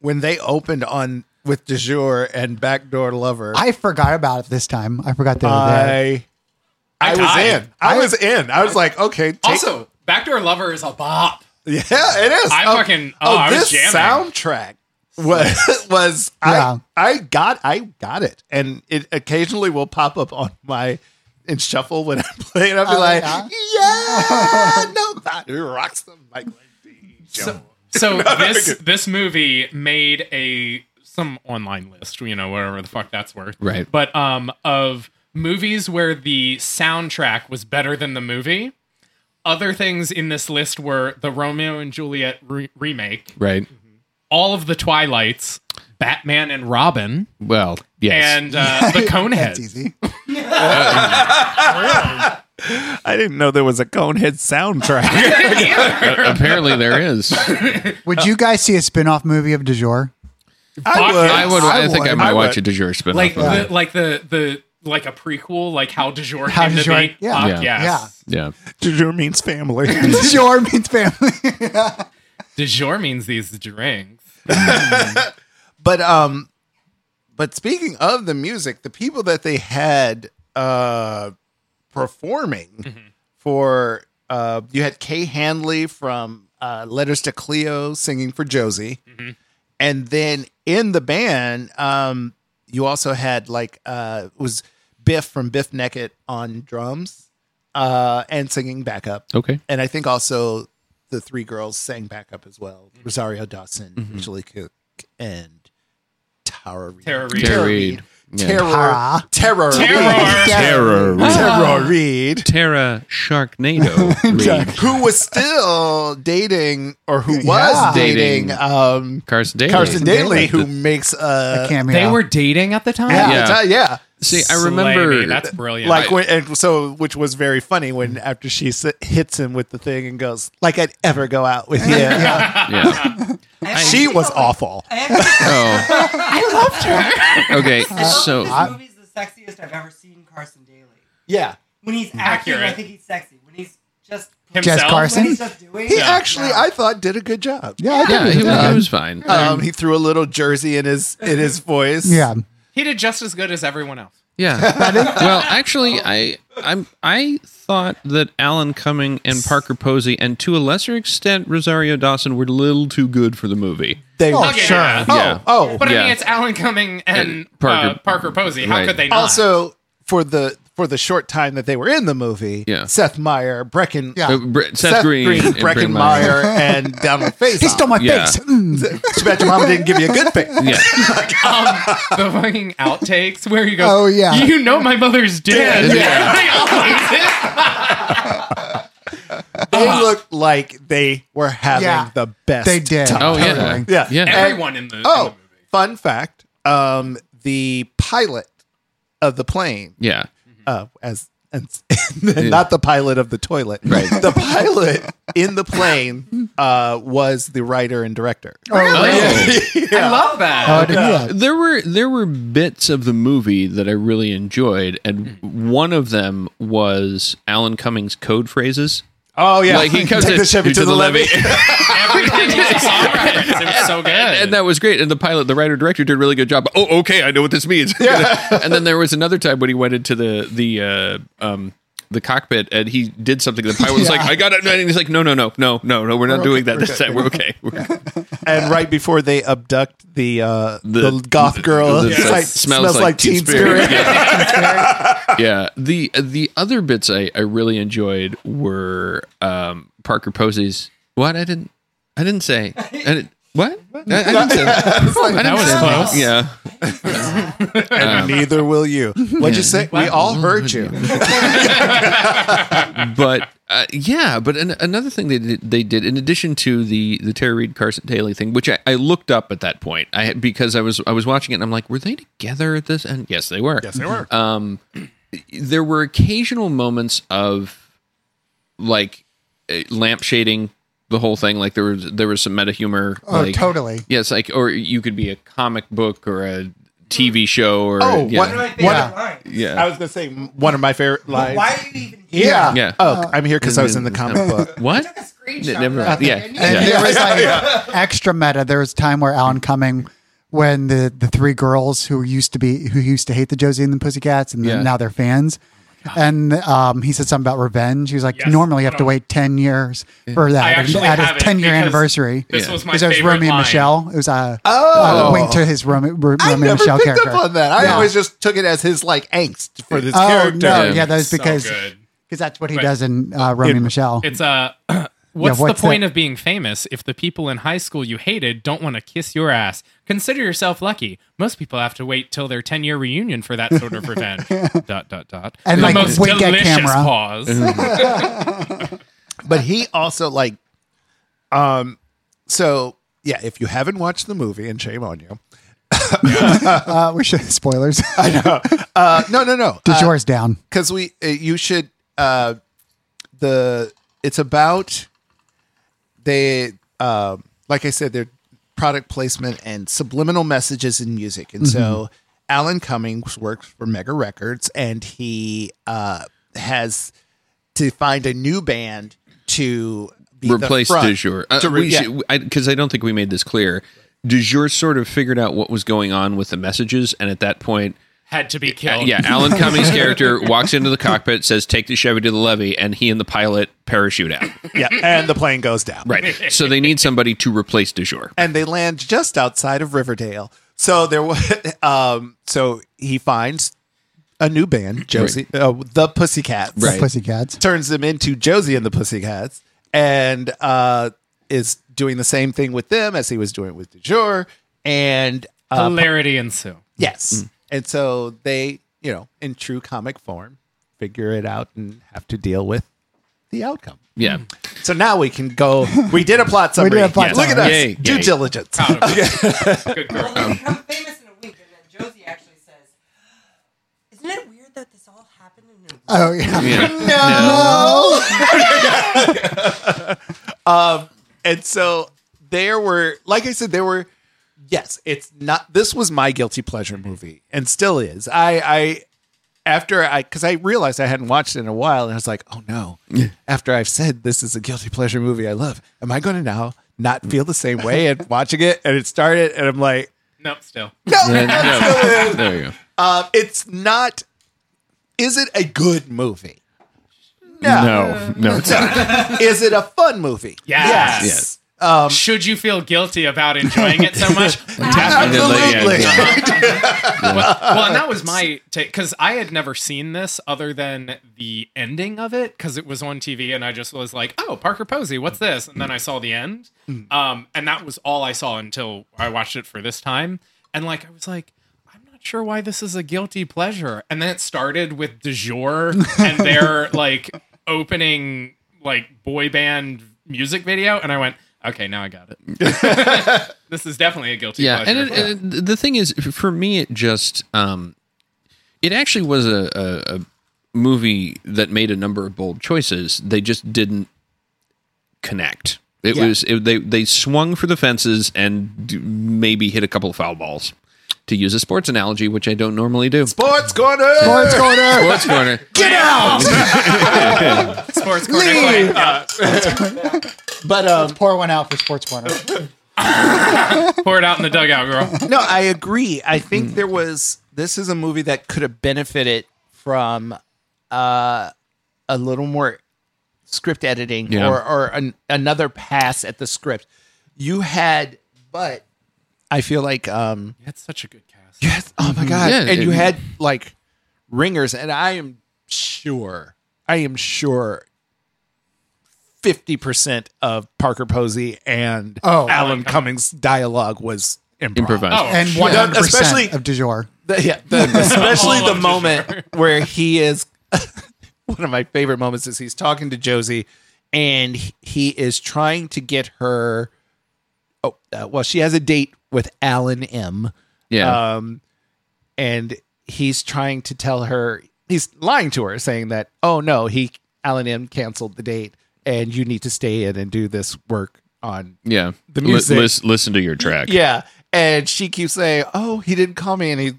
Speaker 1: when they opened on with De Jour and Backdoor Lover,
Speaker 4: I forgot about it this time. I forgot they were there.
Speaker 1: I, I, was
Speaker 3: died.
Speaker 1: in. I, was in. I was like, okay. Take,
Speaker 3: Also, Backdoor Lover is a bop.
Speaker 1: yeah, it is.
Speaker 3: I fucking-
Speaker 1: uh,
Speaker 3: oh, I
Speaker 1: this
Speaker 3: was jamming.
Speaker 1: soundtrack was was
Speaker 4: Yeah.
Speaker 1: I I got I got it, and it occasionally will pop up on my in shuffle when I play, and I'll be
Speaker 4: Oh,
Speaker 1: like,
Speaker 4: yeah?
Speaker 1: yeah, nobody rocks them like.
Speaker 3: So, so this this movie made a some online list, you know, whatever the fuck that's worth.
Speaker 5: Right.
Speaker 3: But um of movies where the soundtrack was better than the movie. Other things in this list were the Romeo and Juliet re- remake,
Speaker 5: right.
Speaker 3: all of the Twilights, Batman and Robin,
Speaker 5: Well, yes.
Speaker 3: and uh, the
Speaker 4: That's
Speaker 3: Coneheads.
Speaker 4: easy.
Speaker 1: I didn't know there was a Conehead soundtrack.
Speaker 5: Apparently, there is.
Speaker 4: Would you guys see a spin-off movie of Du jour?
Speaker 1: I would.
Speaker 5: I would. I, think I might watch
Speaker 1: would.
Speaker 5: a De Jure spinoff.
Speaker 3: like
Speaker 5: of it.
Speaker 3: the like the the like a prequel, like how de jour
Speaker 4: How
Speaker 3: came
Speaker 4: du
Speaker 3: to
Speaker 4: jour-
Speaker 3: be.
Speaker 4: yeah.
Speaker 3: Fuck
Speaker 5: Yeah.
Speaker 3: yes.
Speaker 5: yeah,
Speaker 1: Du jour means family.
Speaker 4: Du jour means family.
Speaker 3: De jour means these drinks.
Speaker 1: but um, but speaking of the music, the people that they had uh performing for uh, you had Kay Handley from uh, Letters to Cleo singing for Josie, and then in the band, um, you also had like uh it was Biff from Biff Neckett on drums, uh, and singing backup.
Speaker 5: okay.
Speaker 1: and I think also the three girls sang backup as well:
Speaker 3: Mm-hmm.
Speaker 1: Rosario Dawson, Julie Cook, and Tara Reid.
Speaker 3: Tara Reid.
Speaker 5: Tara Reid. Yeah.
Speaker 1: Terror. Terror.
Speaker 3: Terror.
Speaker 1: Reid. Terror
Speaker 4: Terror.
Speaker 1: Tara Reid,
Speaker 5: Terra Sharknado. Reed.
Speaker 1: who was still dating or who was
Speaker 4: Yeah.
Speaker 1: dating,
Speaker 5: Dating.
Speaker 1: um,
Speaker 5: Carson Daly.
Speaker 1: Carson Daly,
Speaker 5: Like
Speaker 1: who
Speaker 5: the-
Speaker 1: makes uh,
Speaker 4: a cameo.
Speaker 3: They were dating at the time.
Speaker 1: yeah,
Speaker 5: Yeah.
Speaker 1: it's, uh, yeah.
Speaker 5: See, I
Speaker 3: Slay
Speaker 5: remember.
Speaker 3: me. that's brilliant.
Speaker 1: Like when, and so, which was very funny when after she s- hits him with the thing and goes, "Like I'd ever go out with you."
Speaker 5: Yeah.
Speaker 6: I
Speaker 1: She
Speaker 6: actually
Speaker 1: was
Speaker 6: felt like-
Speaker 1: awful.
Speaker 6: I actually
Speaker 5: Oh,
Speaker 6: I loved her.
Speaker 5: okay.
Speaker 6: So
Speaker 5: So,
Speaker 6: this movie's the sexiest I've ever seen Carson Daly.
Speaker 1: Yeah,
Speaker 6: When he's acting,
Speaker 3: Accurate.
Speaker 6: I think he's sexy. When he's just
Speaker 3: Himself?
Speaker 4: Jess Carson?
Speaker 6: When he's just doing.
Speaker 1: he
Speaker 6: Yeah.
Speaker 1: actually, I thought, did a good job.
Speaker 4: yeah, I think
Speaker 5: yeah,
Speaker 4: it
Speaker 5: he
Speaker 4: was
Speaker 5: was, he
Speaker 4: good.
Speaker 5: was fine.
Speaker 1: Um, he threw a little jersey in his in his voice.
Speaker 4: yeah.
Speaker 3: he did just as good as everyone else.
Speaker 5: Yeah. well, actually, I I'm I thought that Alan Cumming and Parker Posey and to a lesser extent Rosario Dawson were a little too good for the movie.
Speaker 1: they were
Speaker 4: Oh,
Speaker 3: yeah.
Speaker 1: sure.
Speaker 5: Yeah.
Speaker 1: Oh, oh.
Speaker 3: But I
Speaker 5: Yeah.
Speaker 3: mean, it's Alan Cumming and,
Speaker 5: And Parker-
Speaker 3: Parker, uh, Parker Posey. How
Speaker 5: Right.
Speaker 3: could they not?
Speaker 1: also for the for the short time that they were in the movie,
Speaker 5: Yeah.
Speaker 1: Seth Meyer, Brecken,
Speaker 4: Yeah.
Speaker 5: Uh, Bre- Seth, Green, and
Speaker 1: Brecken
Speaker 5: Breckin
Speaker 1: Meyer, and Donald Faison.
Speaker 4: He stole my
Speaker 5: Yeah.
Speaker 4: face. Mm.
Speaker 1: Too bad your mama didn't give you a good face.
Speaker 5: Yeah.
Speaker 3: Um, the fucking outtakes where you go,
Speaker 4: Oh, yeah.
Speaker 3: You know my mother's dead.
Speaker 5: Yeah.
Speaker 3: I
Speaker 1: They
Speaker 5: Ah.
Speaker 1: looked like they were having
Speaker 4: Yeah.
Speaker 1: the best.
Speaker 4: They did.
Speaker 1: Time.
Speaker 5: Oh yeah.
Speaker 4: Totally.
Speaker 1: Yeah.
Speaker 5: Yeah.
Speaker 3: always- Everyone in the, in the
Speaker 1: Oh,
Speaker 3: movie.
Speaker 1: fun fact: um, the pilot of the plane
Speaker 5: Yeah.
Speaker 1: uh, as and, not the pilot of the toilet.
Speaker 5: Right.
Speaker 1: The pilot in the plane uh, was the writer and director.
Speaker 5: Oh,
Speaker 3: I love that.
Speaker 4: Oh, I didn't know that.
Speaker 5: There were there were bits of the movie that I really enjoyed, and one of them was Alan Cumming's code phrases.
Speaker 1: Oh yeah,
Speaker 5: Like he comes
Speaker 1: Take
Speaker 5: in,
Speaker 1: the Chevy
Speaker 5: "You
Speaker 1: to the levee.
Speaker 3: Everything was a song reference. It was so good.
Speaker 5: and that was great. And the pilot, the writer director, did a really good job. Oh, okay, I know what this means. and then there was another time when he went into the the uh, um, the cockpit and he did something. The pilot was like, "I got it," and he's like, "No, no, no, no, no, no, we're not doing that this time. We're okay." We're good."
Speaker 1: and right before they abduct the uh, the,
Speaker 5: The-
Speaker 1: goth girl,
Speaker 5: the-
Speaker 1: it's
Speaker 5: the-
Speaker 1: like,
Speaker 5: smells
Speaker 1: smells,
Speaker 5: like
Speaker 1: like
Speaker 5: Teen
Speaker 1: Teen Spirit.
Speaker 5: Spirit. yeah. The the other bits I I really enjoyed were um, Parker Posey's. What I didn't I didn't say. I didn't, what? I, I didn't say. that. I didn't
Speaker 3: was
Speaker 5: say
Speaker 3: close.
Speaker 5: Yeah.
Speaker 1: and neither will you. What'd you say? We all heard you.
Speaker 5: but uh, yeah, but an, another thing they did, they did in addition to the the Terry Reed Carson Daly thing, which I, I looked up at that point, I had- because I was I was watching it and I'm like, were they together at this? And yes, they were. Um,
Speaker 1: Yes, they were.
Speaker 5: There were occasional moments of like eh, lamp shading the whole thing. Like there was there was some meta humor.
Speaker 4: Oh,
Speaker 5: like,
Speaker 4: totally.
Speaker 5: Yes, like or you could be a comic book or a TV show or
Speaker 1: Oh,
Speaker 5: yeah,
Speaker 1: what-
Speaker 6: One of my favorite
Speaker 1: Yeah.
Speaker 6: lines.
Speaker 5: yeah.
Speaker 1: I was gonna say one of my favorite
Speaker 6: But
Speaker 1: lines.
Speaker 6: Why are you even here?
Speaker 1: Yeah.
Speaker 5: Yeah.
Speaker 1: Oh, I'm here because I was in the comic book.
Speaker 5: what?
Speaker 6: Took a screenshot.
Speaker 5: Never-
Speaker 6: of that
Speaker 5: yeah.
Speaker 6: thing.
Speaker 4: And
Speaker 5: Yeah.
Speaker 4: there was like extra meta. There was a time where Alan Cumming, when the the three girls who used to be who used to hate the Josie and the Pussycats, and
Speaker 5: Yeah.
Speaker 4: then now they're fans. And um, he said something about revenge. He was like,
Speaker 3: Oh Yes.
Speaker 4: "Normally, you have to
Speaker 3: Hold on.
Speaker 4: wait ten years for
Speaker 3: I
Speaker 4: that
Speaker 3: actually
Speaker 4: at
Speaker 3: have
Speaker 4: his
Speaker 3: it
Speaker 4: ten year
Speaker 3: because
Speaker 4: anniversary."
Speaker 3: This
Speaker 5: Yeah.
Speaker 3: was my
Speaker 4: Because it was
Speaker 3: favorite
Speaker 4: Romeo
Speaker 3: line.
Speaker 4: and Michelle. It was a,
Speaker 1: Oh.
Speaker 4: a wink to his Romeo, Romeo
Speaker 1: I
Speaker 4: and
Speaker 1: never
Speaker 4: Michelle
Speaker 1: picked
Speaker 4: character.
Speaker 1: up on that. I
Speaker 4: Yeah.
Speaker 1: always just took it as his like angst for this
Speaker 4: Oh,
Speaker 1: character.
Speaker 4: no,
Speaker 5: Yeah.
Speaker 4: yeah. that was
Speaker 3: So
Speaker 4: because
Speaker 3: good.
Speaker 4: cause that's what he
Speaker 3: Right.
Speaker 4: does in uh, Romeo and Michelle.
Speaker 3: It's uh, what's,
Speaker 4: what's
Speaker 3: the point
Speaker 4: that?
Speaker 3: of being famous if the people in high school you hated don't want to kiss your ass? Consider yourself lucky. Most people have to wait till their 10 year reunion for that sort of revenge. dot, dot, dot. Mm.
Speaker 4: And,
Speaker 3: the
Speaker 4: like,
Speaker 3: most
Speaker 4: wink at
Speaker 3: delicious
Speaker 4: camera.
Speaker 3: pause.
Speaker 1: But he also like um so yeah, if you haven't watched the movie and shame on you.
Speaker 4: Uh, we should spoilers.
Speaker 1: Uh no no no.
Speaker 4: Did yours down?
Speaker 1: Cuz we uh, you should uh the it's about they um like I said they're product placement and subliminal messages in music. And
Speaker 5: Mm-hmm.
Speaker 1: so Alan Cummings works for Mega Records and he uh has to find a new band to be the
Speaker 5: replace
Speaker 1: front.
Speaker 5: du jour because
Speaker 1: To
Speaker 5: uh,
Speaker 1: re-
Speaker 5: we
Speaker 1: yeah.
Speaker 5: should- I, 'cause I don't think we made this clear du jour sort of figured out what was going on with the messages and at that point
Speaker 3: Had to be
Speaker 5: uh,
Speaker 3: killed.
Speaker 5: yeah alan cummings character walks into the cockpit says take the chevy to the levee and he and the pilot parachute out
Speaker 1: yeah, and the plane goes down.
Speaker 5: right so they need somebody to replace du jour
Speaker 1: and they land just outside of Riverdale. So there was, um, so he finds a new band, Josie, uh, the Pussycats,
Speaker 5: Right.
Speaker 4: Pussycats.
Speaker 1: turns them into Josie and the Pussycats, and uh, is doing the same thing with them as he was doing with Du jour. And uh,
Speaker 4: Oh.
Speaker 3: Hilarity ensue.
Speaker 4: Mm.
Speaker 1: yes, and so they, you know, in true comic form, figure it out and have to deal with the outcome.
Speaker 5: Yeah.
Speaker 1: So now we can go. We did a plot
Speaker 4: We
Speaker 1: summary.
Speaker 4: did a plot
Speaker 1: Look at us.
Speaker 4: summary.
Speaker 5: Yay,
Speaker 1: Due
Speaker 5: yay.
Speaker 1: diligence.
Speaker 3: Proud of you. Good girl.
Speaker 6: Well, we become famous in a week, and then Josie actually says, "Isn't it weird that this all happened in a
Speaker 3: Uh,
Speaker 6: week?"
Speaker 4: Oh yeah.
Speaker 5: Yeah.
Speaker 1: And so there were, like I said, there were. Yes, it's not. This was my guilty pleasure movie, and still is. I, I after I, because I realized I hadn't watched it in a while, and I was like, oh no. After I've said this is a guilty pleasure movie I love, am I going to now not feel the same way at watching it? And it started, and I'm like,
Speaker 3: Nope, still.
Speaker 1: no, that's
Speaker 5: No.
Speaker 1: still is.
Speaker 5: There you go.
Speaker 1: Uh, it's not. Is it a good movie?
Speaker 5: No, no, it's not.
Speaker 1: Is it a fun movie?
Speaker 3: Yes.
Speaker 5: Yes.
Speaker 4: Um,
Speaker 3: Should you feel guilty about enjoying it so much?
Speaker 1: Absolutely.
Speaker 3: well, well, and that was my take because I had never seen this other than the ending of it because it was on TV and I just was like, oh, Parker Posey, what's this? And then I saw the end.
Speaker 5: Mm.
Speaker 3: Um, and that was all I saw until I watched it for this time. And like, I was like, I'm not sure why this is a guilty pleasure. And then it started with De Jour and their like opening like boy band music video. And I went, okay, now I got it. this is definitely a guilty
Speaker 5: yeah and,
Speaker 3: pleasure.
Speaker 5: it, and it- the thing is for me it just um it actually was a, a, a movie that made a number of bold choices they just didn't connect it was it, they they swung for the fences and d- maybe hit a couple of foul balls to use a sports analogy which i don't normally do
Speaker 1: Sports corner.
Speaker 4: What's going on?
Speaker 5: sports corner
Speaker 1: Get out.
Speaker 3: Sports corner. Clay. Yeah.
Speaker 1: But um,
Speaker 4: Pour one out for Sports Corner.
Speaker 3: Pour it out in the dugout, girl.
Speaker 1: no, I agree. I think there was. This is a movie that could have benefited from uh, a little more script editing
Speaker 5: Yeah.
Speaker 1: or or an, another pass at the script. You had, but I feel like um,
Speaker 3: That's such a good cast.
Speaker 1: Yes. Oh my god.
Speaker 5: Mm-hmm. Yeah,
Speaker 1: and you
Speaker 5: it-
Speaker 1: had like ringers, and I am sure, I am sure, fifty percent of Parker Posey and
Speaker 4: Oh.
Speaker 1: Alan Cummings dialogue was improv.
Speaker 5: improvised
Speaker 3: Oh,
Speaker 4: And
Speaker 3: shit.
Speaker 4: one hundred
Speaker 1: Especially-
Speaker 4: percent of du jour.
Speaker 1: The- yeah, the- especially
Speaker 3: All
Speaker 1: the
Speaker 3: of
Speaker 1: moment where he is. one of my favorite moments is he's talking to Josie, and he- he is trying to get her. Oh, uh, well, she has a date with Alan M.
Speaker 5: yeah
Speaker 1: Um, and he's trying to tell her he's lying to her, saying that oh no, he Alan M canceled the date, and you need to stay in and do this work on
Speaker 5: yeah
Speaker 1: the
Speaker 5: Li-
Speaker 1: music-
Speaker 5: lis- listen to your track
Speaker 1: yeah. And she keeps saying, oh, he didn't call me, and he.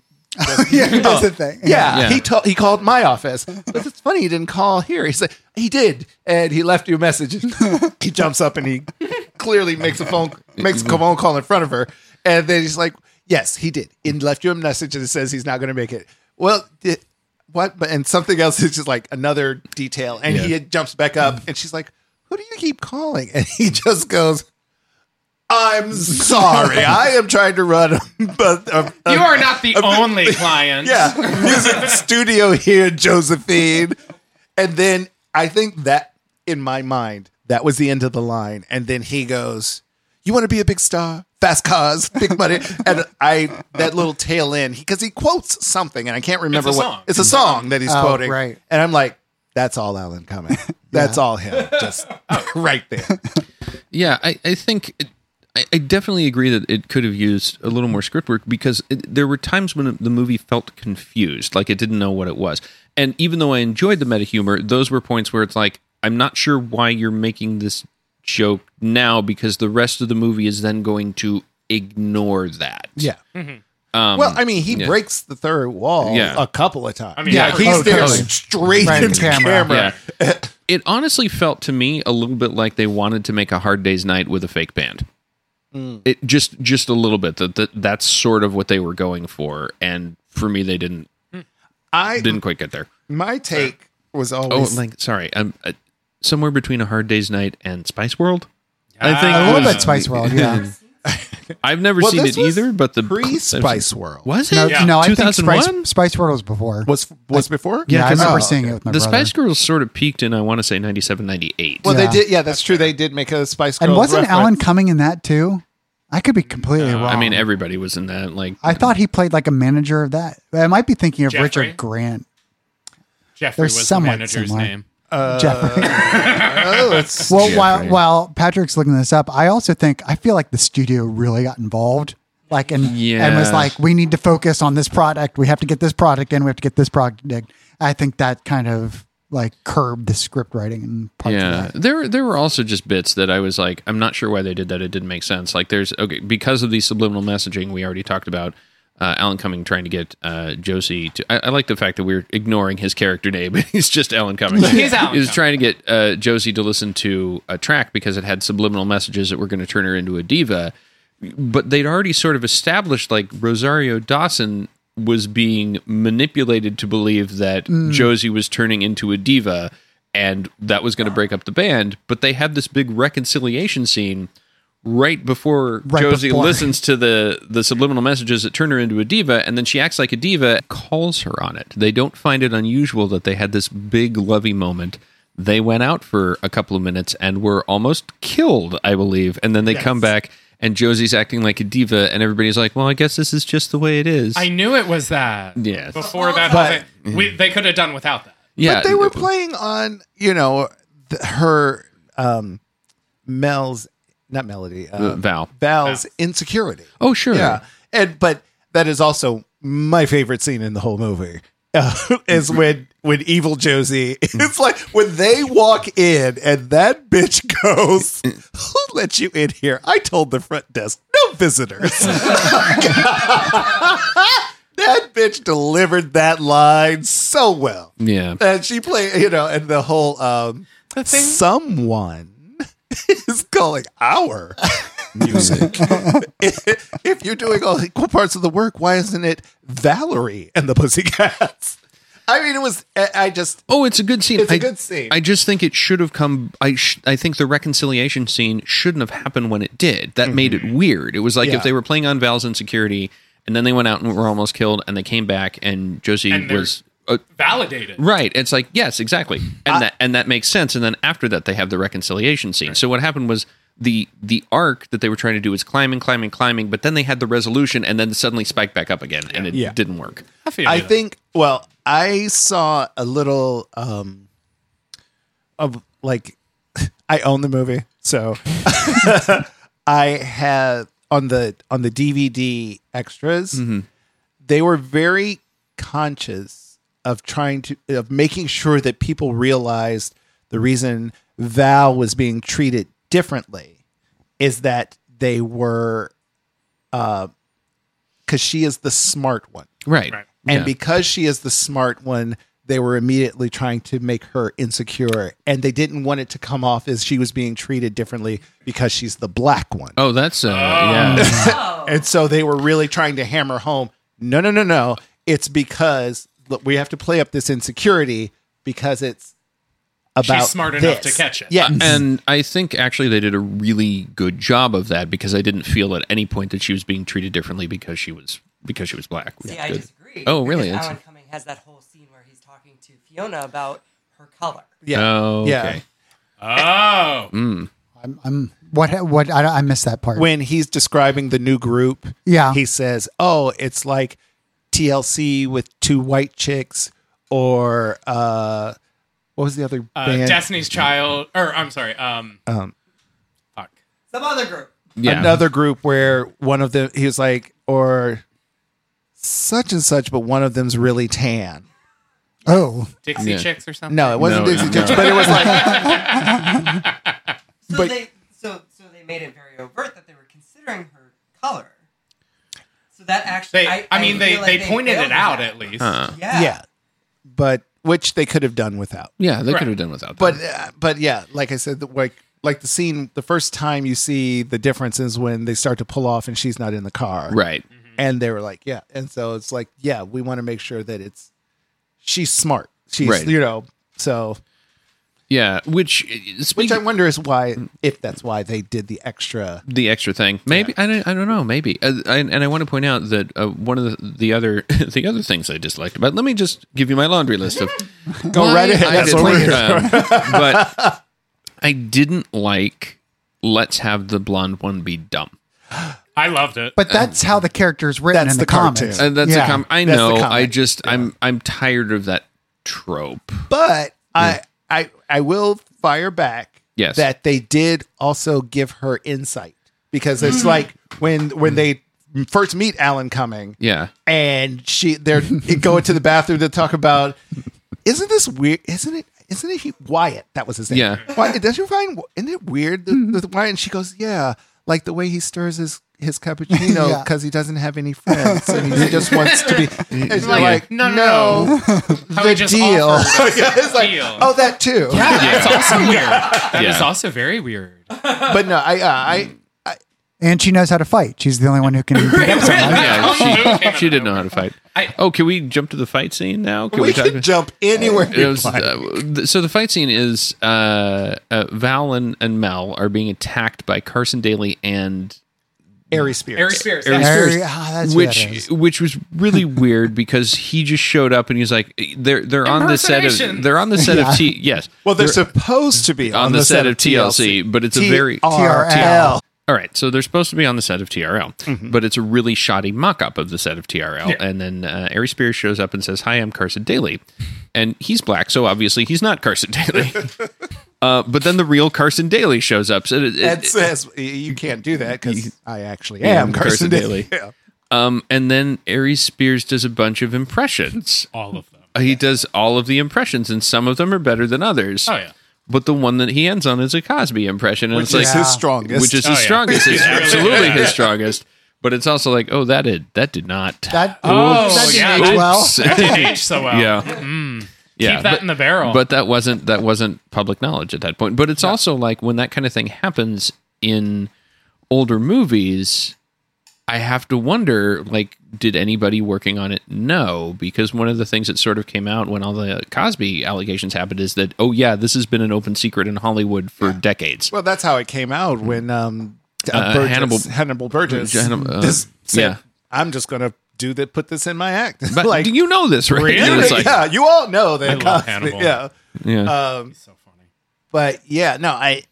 Speaker 4: yeah, he does the thing.
Speaker 1: Yeah,
Speaker 5: Yeah.
Speaker 1: he to- he called my office, but it's funny he didn't call here. He said he did, and he left you a message. he jumps up and he clearly makes a phone makes a phone call in front of her, and then he's like, "Yes, he did," and left you a message and it says he's not going to make it. Well, di- what? But and something else is just like another detail, and he jumps back up, and she's like, "Who do you keep calling?" And he just goes. I'm sorry. I am trying to run um, a, a, a
Speaker 3: You are not the only client.
Speaker 1: yeah, music studio here, Josephine. And then I think that in my mind, that was the end of the line. And then he goes, "You want to be a big star, fast cars, big money." and I that little tail end because he quotes something, and I can't remember
Speaker 3: It's a
Speaker 1: what
Speaker 3: song.
Speaker 1: it's a song that he's
Speaker 4: Oh,
Speaker 1: quoting,
Speaker 4: right.
Speaker 1: And I'm like, "That's all Alan Cumming. That's all him, just right there."
Speaker 5: Yeah, I, I think it, I, I definitely agree that it could have used a little more script work because it, there were times when the movie felt confused, like it didn't know what it was. And even though I enjoyed the meta humor, those were points where it's like, I'm not sure why you're making this joke now because the rest of the movie is then going to ignore that.
Speaker 1: Yeah. well, I mean, he breaks the third wall
Speaker 5: Yeah.
Speaker 1: a couple of times. I
Speaker 3: mean,
Speaker 1: yeah,
Speaker 3: yeah,
Speaker 1: he's
Speaker 4: oh,
Speaker 1: there
Speaker 4: totally.
Speaker 1: straight
Speaker 4: Right
Speaker 1: into
Speaker 4: in
Speaker 1: camera.
Speaker 4: camera.
Speaker 5: Yeah. it honestly felt to me a little bit like they wanted to make a hard day's night with a fake band. It just just a little bit that, that that's sort of what they were going for and for me they didn't
Speaker 1: I
Speaker 5: didn't quite get there.
Speaker 1: My take was
Speaker 5: Oh,
Speaker 1: always
Speaker 5: like sorry, um, uh, somewhere between a hard day's night and Spice World. I think
Speaker 4: A little
Speaker 5: was-
Speaker 4: bit Spice World, yeah.
Speaker 5: I've never
Speaker 1: Well,
Speaker 5: seen
Speaker 1: this
Speaker 5: it
Speaker 1: was
Speaker 5: either, but the
Speaker 1: pre Spice World.
Speaker 5: was it
Speaker 4: No, no, I think Spice,
Speaker 5: 2001?
Speaker 4: Spice World was before.
Speaker 1: Was was before?
Speaker 4: yeah, I
Speaker 5: 'cause-
Speaker 4: remember
Speaker 1: oh,
Speaker 4: seeing it with my
Speaker 5: the
Speaker 4: brother.
Speaker 5: Spice Girls sort of peaked in I want to say 97 98.
Speaker 1: Well,
Speaker 4: Yeah.
Speaker 1: they did. Yeah, that's true. They did make a Spice Girls.
Speaker 4: and wasn't
Speaker 1: reference.
Speaker 4: Alan Cumming in that too? I could be completely wrong.
Speaker 5: Mm, I mean everybody was in that like
Speaker 4: I thought he played like a manager of that. I might be thinking of
Speaker 3: Jeffrey?
Speaker 4: Richard Grant.
Speaker 3: Jeffrey
Speaker 4: There's
Speaker 3: was the
Speaker 4: someone
Speaker 3: manager's
Speaker 4: somewhere.
Speaker 3: name.
Speaker 4: Jeffrey.
Speaker 1: Oh, it's
Speaker 4: Well,
Speaker 1: Jeffrey.
Speaker 4: while while Patrick's looking this up, I also think I feel like the studio really got involved, like and and was
Speaker 5: Yeah.
Speaker 4: like, we need to focus on this product. We have to get this product in. We have to get this product in. I think that kind of like curbed the script writing and parts of
Speaker 5: Yeah,
Speaker 4: that.
Speaker 5: there there were also just bits that I was like, I'm not sure why they did that. It didn't make sense. Like there's okay because of the subliminal messaging we already talked about. Uh, Alan Cumming trying to get uh, Josie to. I, I like the fact that we're ignoring his character name. He's just Alan Cumming.
Speaker 3: He's Alan
Speaker 5: He was
Speaker 3: Cumming.
Speaker 5: trying to get uh, Josie to listen to a track because it had subliminal messages that were going to turn her into a diva. But they'd already sort of established like Rosario Dawson was being manipulated to believe that
Speaker 4: Mm.
Speaker 5: Josie was turning into a diva and that was going to break up the band. But they had this big reconciliation scene right before
Speaker 4: Right
Speaker 5: Josie
Speaker 4: before.
Speaker 5: listens to the the subliminal messages that turn her into a diva, and then she acts like a diva, calls her on it. They don't find it unusual that they had this big lovey moment. They went out for a couple of minutes and were almost killed, I believe, and then they come back and Josie's acting like a diva, and everybody's like, "Well, I guess this is just the way it is."
Speaker 3: I knew it was that.
Speaker 5: Yes.
Speaker 3: Before that,
Speaker 1: But-
Speaker 3: whole thing, we, they could have done without that.
Speaker 5: yeah,
Speaker 1: but they were playing on you know th- her um mel's not melody
Speaker 5: uh,
Speaker 1: um,
Speaker 5: Val.
Speaker 1: val's insecurity
Speaker 5: Oh, sure.
Speaker 1: yeah and but that is also my favorite scene in the whole movie uh, is when when evil josie it's like when they walk in and that bitch goes who let you in here i told the front desk no visitors that bitch delivered that line so well
Speaker 5: Yeah.
Speaker 1: and she played, you know, and the whole um,
Speaker 3: The thing,
Speaker 1: someone is calling our music. if you're doing all equal parts of the work, why isn't it Valerie and the Pussycats? I mean, it was. I I just.
Speaker 5: Oh, it's a good scene.
Speaker 1: It's a
Speaker 5: a
Speaker 1: good scene.
Speaker 5: I just think it should have come. I sh- I think the reconciliation scene shouldn't have happened when it did. That made it weird. It was like
Speaker 1: Mm-hmm. Yeah.
Speaker 5: if they were playing on Val's insecurity, and then they went out and were almost killed, and they came back, and Josie
Speaker 3: And they're-
Speaker 5: was uh,
Speaker 3: validated.
Speaker 5: right. It's like yes, exactly, and that and that makes sense. And then after that, they have the reconciliation scene. So what happened was. The, the arc that they were trying to do was climbing, climbing, climbing, but then they had the resolution and then suddenly spiked back up again and it
Speaker 1: Yeah.
Speaker 5: didn't work.
Speaker 3: I, feel
Speaker 1: I
Speaker 3: you.
Speaker 1: think. Well, I saw a little um, of like. I own the movie, so I have on the on the DVD extras.
Speaker 3: Mm-hmm.
Speaker 1: They were very conscious of trying to of making sure that people realized the reason Val was being treated differently is that they were, because she is the smart one.
Speaker 5: Right.
Speaker 3: Right.
Speaker 1: And
Speaker 5: Yeah.
Speaker 1: because she is the smart one, they were immediately trying to make her insecure. And they didn't want it to come off as she was being treated differently because she's the black one.
Speaker 5: oh, that's uh,
Speaker 3: Oh.
Speaker 5: yeah.
Speaker 1: And so they were really trying to hammer home no, no, no, no. It's because look, we have to play up this insecurity because it's about.
Speaker 3: smart enough
Speaker 1: this.
Speaker 3: to catch it.
Speaker 1: Yeah.
Speaker 5: Uh,
Speaker 1: Mm-hmm.
Speaker 5: And I think actually they did a really good job of that because I didn't feel at any point that she was being treated differently because she was because she was black.
Speaker 6: See,
Speaker 5: That's
Speaker 6: I
Speaker 5: good.
Speaker 6: disagree.
Speaker 5: Oh, really?
Speaker 6: Because
Speaker 5: It's-
Speaker 6: Alan Cumming has that whole scene where he's talking to Fiona about her color.
Speaker 1: yeah.
Speaker 5: Oh, okay.
Speaker 1: Yeah.
Speaker 3: Oh,
Speaker 4: I'm, I'm what what I, I missed that part.
Speaker 1: when he's describing the new group,
Speaker 4: Yeah.
Speaker 1: he says, "Oh, it's like TLC with two white chicks, or uh, what was the other
Speaker 3: uh,
Speaker 1: band?
Speaker 3: Destiny's Child, or I'm sorry, um, fuck.
Speaker 6: Some other group.
Speaker 5: Yeah.
Speaker 1: Another group where one of them he was like, or such and such, but one of them's really tan.
Speaker 4: oh,
Speaker 3: Dixie
Speaker 5: Yeah.
Speaker 3: Chicks or something.
Speaker 1: No, it wasn't
Speaker 5: No,
Speaker 1: Dixie
Speaker 5: no.
Speaker 1: Chicks, but it was like,
Speaker 6: So
Speaker 1: But-
Speaker 6: they so so they made it very overt that they were considering her color. So that actually,
Speaker 3: They, I, mean, they,
Speaker 6: feel like
Speaker 3: they pointed
Speaker 6: failed
Speaker 3: it out
Speaker 6: that.
Speaker 3: at least.
Speaker 5: Huh.
Speaker 6: Yeah.
Speaker 1: yeah, but which they could have done without.
Speaker 5: Yeah, they
Speaker 3: Right.
Speaker 5: could have done without that.
Speaker 1: but uh, but yeah, like I said, the, like like the scene, the first time you see the difference is when they start to pull off and she's not in the car,
Speaker 5: right.
Speaker 1: And they were like, yeah, and so it's like, yeah, we want to make sure that it's she's smart, she's
Speaker 5: Right.
Speaker 1: you know, so
Speaker 5: Yeah, which eh,
Speaker 1: which
Speaker 5: speaking
Speaker 1: I wonder is why if that's why they did the extra.
Speaker 5: the extra thing. Maybe I, don't, I don't know. Maybe uh, I, and I want to point out that uh, one of the, the other the other things I disliked about. Let me just give you my laundry list of
Speaker 1: Go
Speaker 5: why
Speaker 1: right ahead.
Speaker 5: I
Speaker 1: That's what we're
Speaker 5: dislike
Speaker 1: here.
Speaker 5: them. but I didn't like. Let's have the blonde one be dumb.
Speaker 3: I loved it.
Speaker 4: but that's how the character is written
Speaker 1: That's
Speaker 4: in
Speaker 1: the
Speaker 4: the, comics.
Speaker 1: cartoon.
Speaker 5: Uh, that's
Speaker 4: Yeah.
Speaker 5: a com- I
Speaker 1: That's the
Speaker 5: know. I
Speaker 1: comic,
Speaker 5: just I'm I'm tired of that trope.
Speaker 1: But I I I will fire back
Speaker 5: Yes.
Speaker 1: that they did also give her insight because
Speaker 3: Mm.
Speaker 1: it's like when when they first meet Alan Cumming
Speaker 5: Yeah.
Speaker 1: and she they're going to the bathroom to talk about isn't this weird isn't it isn't it he, Wyatt that was his name
Speaker 5: Yeah.
Speaker 1: Wyatt, don't you find isn't it weird
Speaker 3: Mm-hmm.
Speaker 1: the, the Wyatt and she goes yeah like the way he stirs his his cappuccino
Speaker 4: Yeah.
Speaker 1: because he doesn't have any friends and he just wants to be and you're
Speaker 3: Like,
Speaker 1: like
Speaker 3: no,
Speaker 1: no
Speaker 3: no, no. How he
Speaker 1: the
Speaker 3: just
Speaker 1: deal
Speaker 3: offered
Speaker 1: Yeah, it's like,
Speaker 3: Deal.
Speaker 1: oh that too
Speaker 3: Yeah, that's also weird. That is
Speaker 5: Yeah.
Speaker 3: also very weird.
Speaker 1: but no I uh, I
Speaker 4: And she knows how to fight. She's the only one who can beat up someone.
Speaker 5: Yeah.
Speaker 3: Okay.
Speaker 5: She, she did know how to fight.
Speaker 3: I-
Speaker 5: oh, can we jump to the fight scene now? Can
Speaker 1: we could jump anywhere
Speaker 5: It was, uh, th- so the fight scene is uh, uh, Val and, and Mel are being attacked by Carson Daly and
Speaker 1: Airy Spears
Speaker 3: Harry Spears.
Speaker 5: Harry
Speaker 3: that's-
Speaker 4: Harry- ah, that's who that
Speaker 5: which
Speaker 4: is.
Speaker 5: which was really weird because he just showed up and he's like they're they're on the set of
Speaker 3: Impersonations.
Speaker 5: they're on the set of T yes
Speaker 1: well they're, supposed to be on,
Speaker 5: on the set of TLC but it's a very
Speaker 1: TRL
Speaker 5: All right, so they're supposed to be on the set of TRL,
Speaker 1: Mm-hmm.
Speaker 5: but it's a really shoddy mock-up of the set of TRL. And then uh, Ari Spears shows up and says, "Hi, I'm Carson Daly," and he's black, so obviously he's not Carson Daly. uh, but then the real Carson Daly shows up. So it, it-
Speaker 1: Ed says you can't do that because I actually am Carson, Daly. Yeah.
Speaker 5: um, and then Ari Spears does a bunch of impressions.
Speaker 3: All of them.
Speaker 5: He does all of the impressions, and some of them are better than others.
Speaker 3: Oh, yeah.
Speaker 5: But the one that he ends on is a Cosby impression, and
Speaker 1: Which
Speaker 5: it's like
Speaker 1: is his strongest.
Speaker 5: which is
Speaker 3: Oh,
Speaker 5: his
Speaker 3: yeah.
Speaker 5: strongest. It's
Speaker 3: Yeah.
Speaker 5: absolutely his strongest. But it's also like, oh, that did that did not.
Speaker 4: That,
Speaker 3: Oh,
Speaker 4: that didn't
Speaker 3: yeah.
Speaker 4: age well.
Speaker 5: Oops.
Speaker 3: That didn't age so well.
Speaker 5: yeah, yeah.
Speaker 3: Keep that
Speaker 5: but,
Speaker 3: in the barrel.
Speaker 5: but that wasn't that wasn't public knowledge at that point. But it's also like when that kind of thing happens in older movies, I have to wonder like, did anybody working on it know? Because one of the things that sort of came out when all the Cosby allegations happened is that oh yeah, this has been an open secret in Hollywood for decades.
Speaker 1: Well, that's how it came out when um, uh,
Speaker 5: Uh,
Speaker 1: Burgess, Hannibal
Speaker 5: Hannibal-
Speaker 1: Burgess.
Speaker 5: Hannibal, uh,
Speaker 1: this said,
Speaker 5: yeah.
Speaker 1: I'm just gonna do that. Put this in my act.
Speaker 5: But do you know this, right?
Speaker 3: Really?
Speaker 5: And it's like,
Speaker 1: yeah, you all know that.
Speaker 3: I love
Speaker 1: Cosby-
Speaker 3: Hannibal.
Speaker 1: Yeah.
Speaker 5: yeah.
Speaker 1: Um,
Speaker 3: So funny.
Speaker 1: but yeah, no, I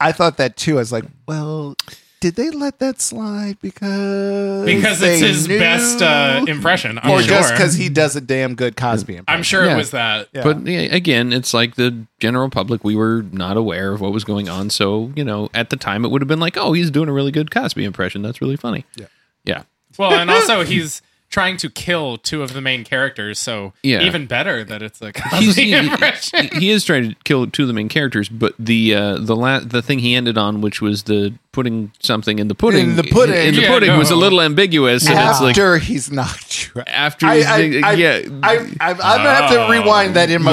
Speaker 1: I thought that too. I was like, well, did they let that slide because
Speaker 3: Because it's
Speaker 1: they
Speaker 3: his
Speaker 1: knew?
Speaker 3: best uh, impression. I'm
Speaker 1: or
Speaker 3: sure.
Speaker 1: just because he does a damn good Cosby impression?
Speaker 3: I'm sure
Speaker 5: Yeah.
Speaker 3: it was that.
Speaker 1: Yeah.
Speaker 5: But yeah, again, it's like the general public, we were not aware of what was going on. So, you know, at the time, it would have been like, oh, he's doing a really good Cosby impression. That's really funny. Yeah. Yeah.
Speaker 3: Well, and also he's trying to kill two of the main characters, so
Speaker 5: Yeah.
Speaker 3: even better that it's a
Speaker 5: He's,
Speaker 3: Cosby
Speaker 5: he,
Speaker 3: impression.
Speaker 5: he- he is trying to kill two of the main characters, but the uh, the la- the thing he ended on, which was the putting something in the pudding,
Speaker 1: In the pudding.
Speaker 5: in, the
Speaker 3: Yeah,
Speaker 5: pudding,
Speaker 3: no.
Speaker 5: was a little ambiguous, and it's like
Speaker 1: after he's knocked you out.
Speaker 5: after
Speaker 1: I,
Speaker 5: he's-
Speaker 1: I, I,
Speaker 5: yeah,
Speaker 1: I, I, am gonna have to
Speaker 3: Oh.
Speaker 1: rewind that in my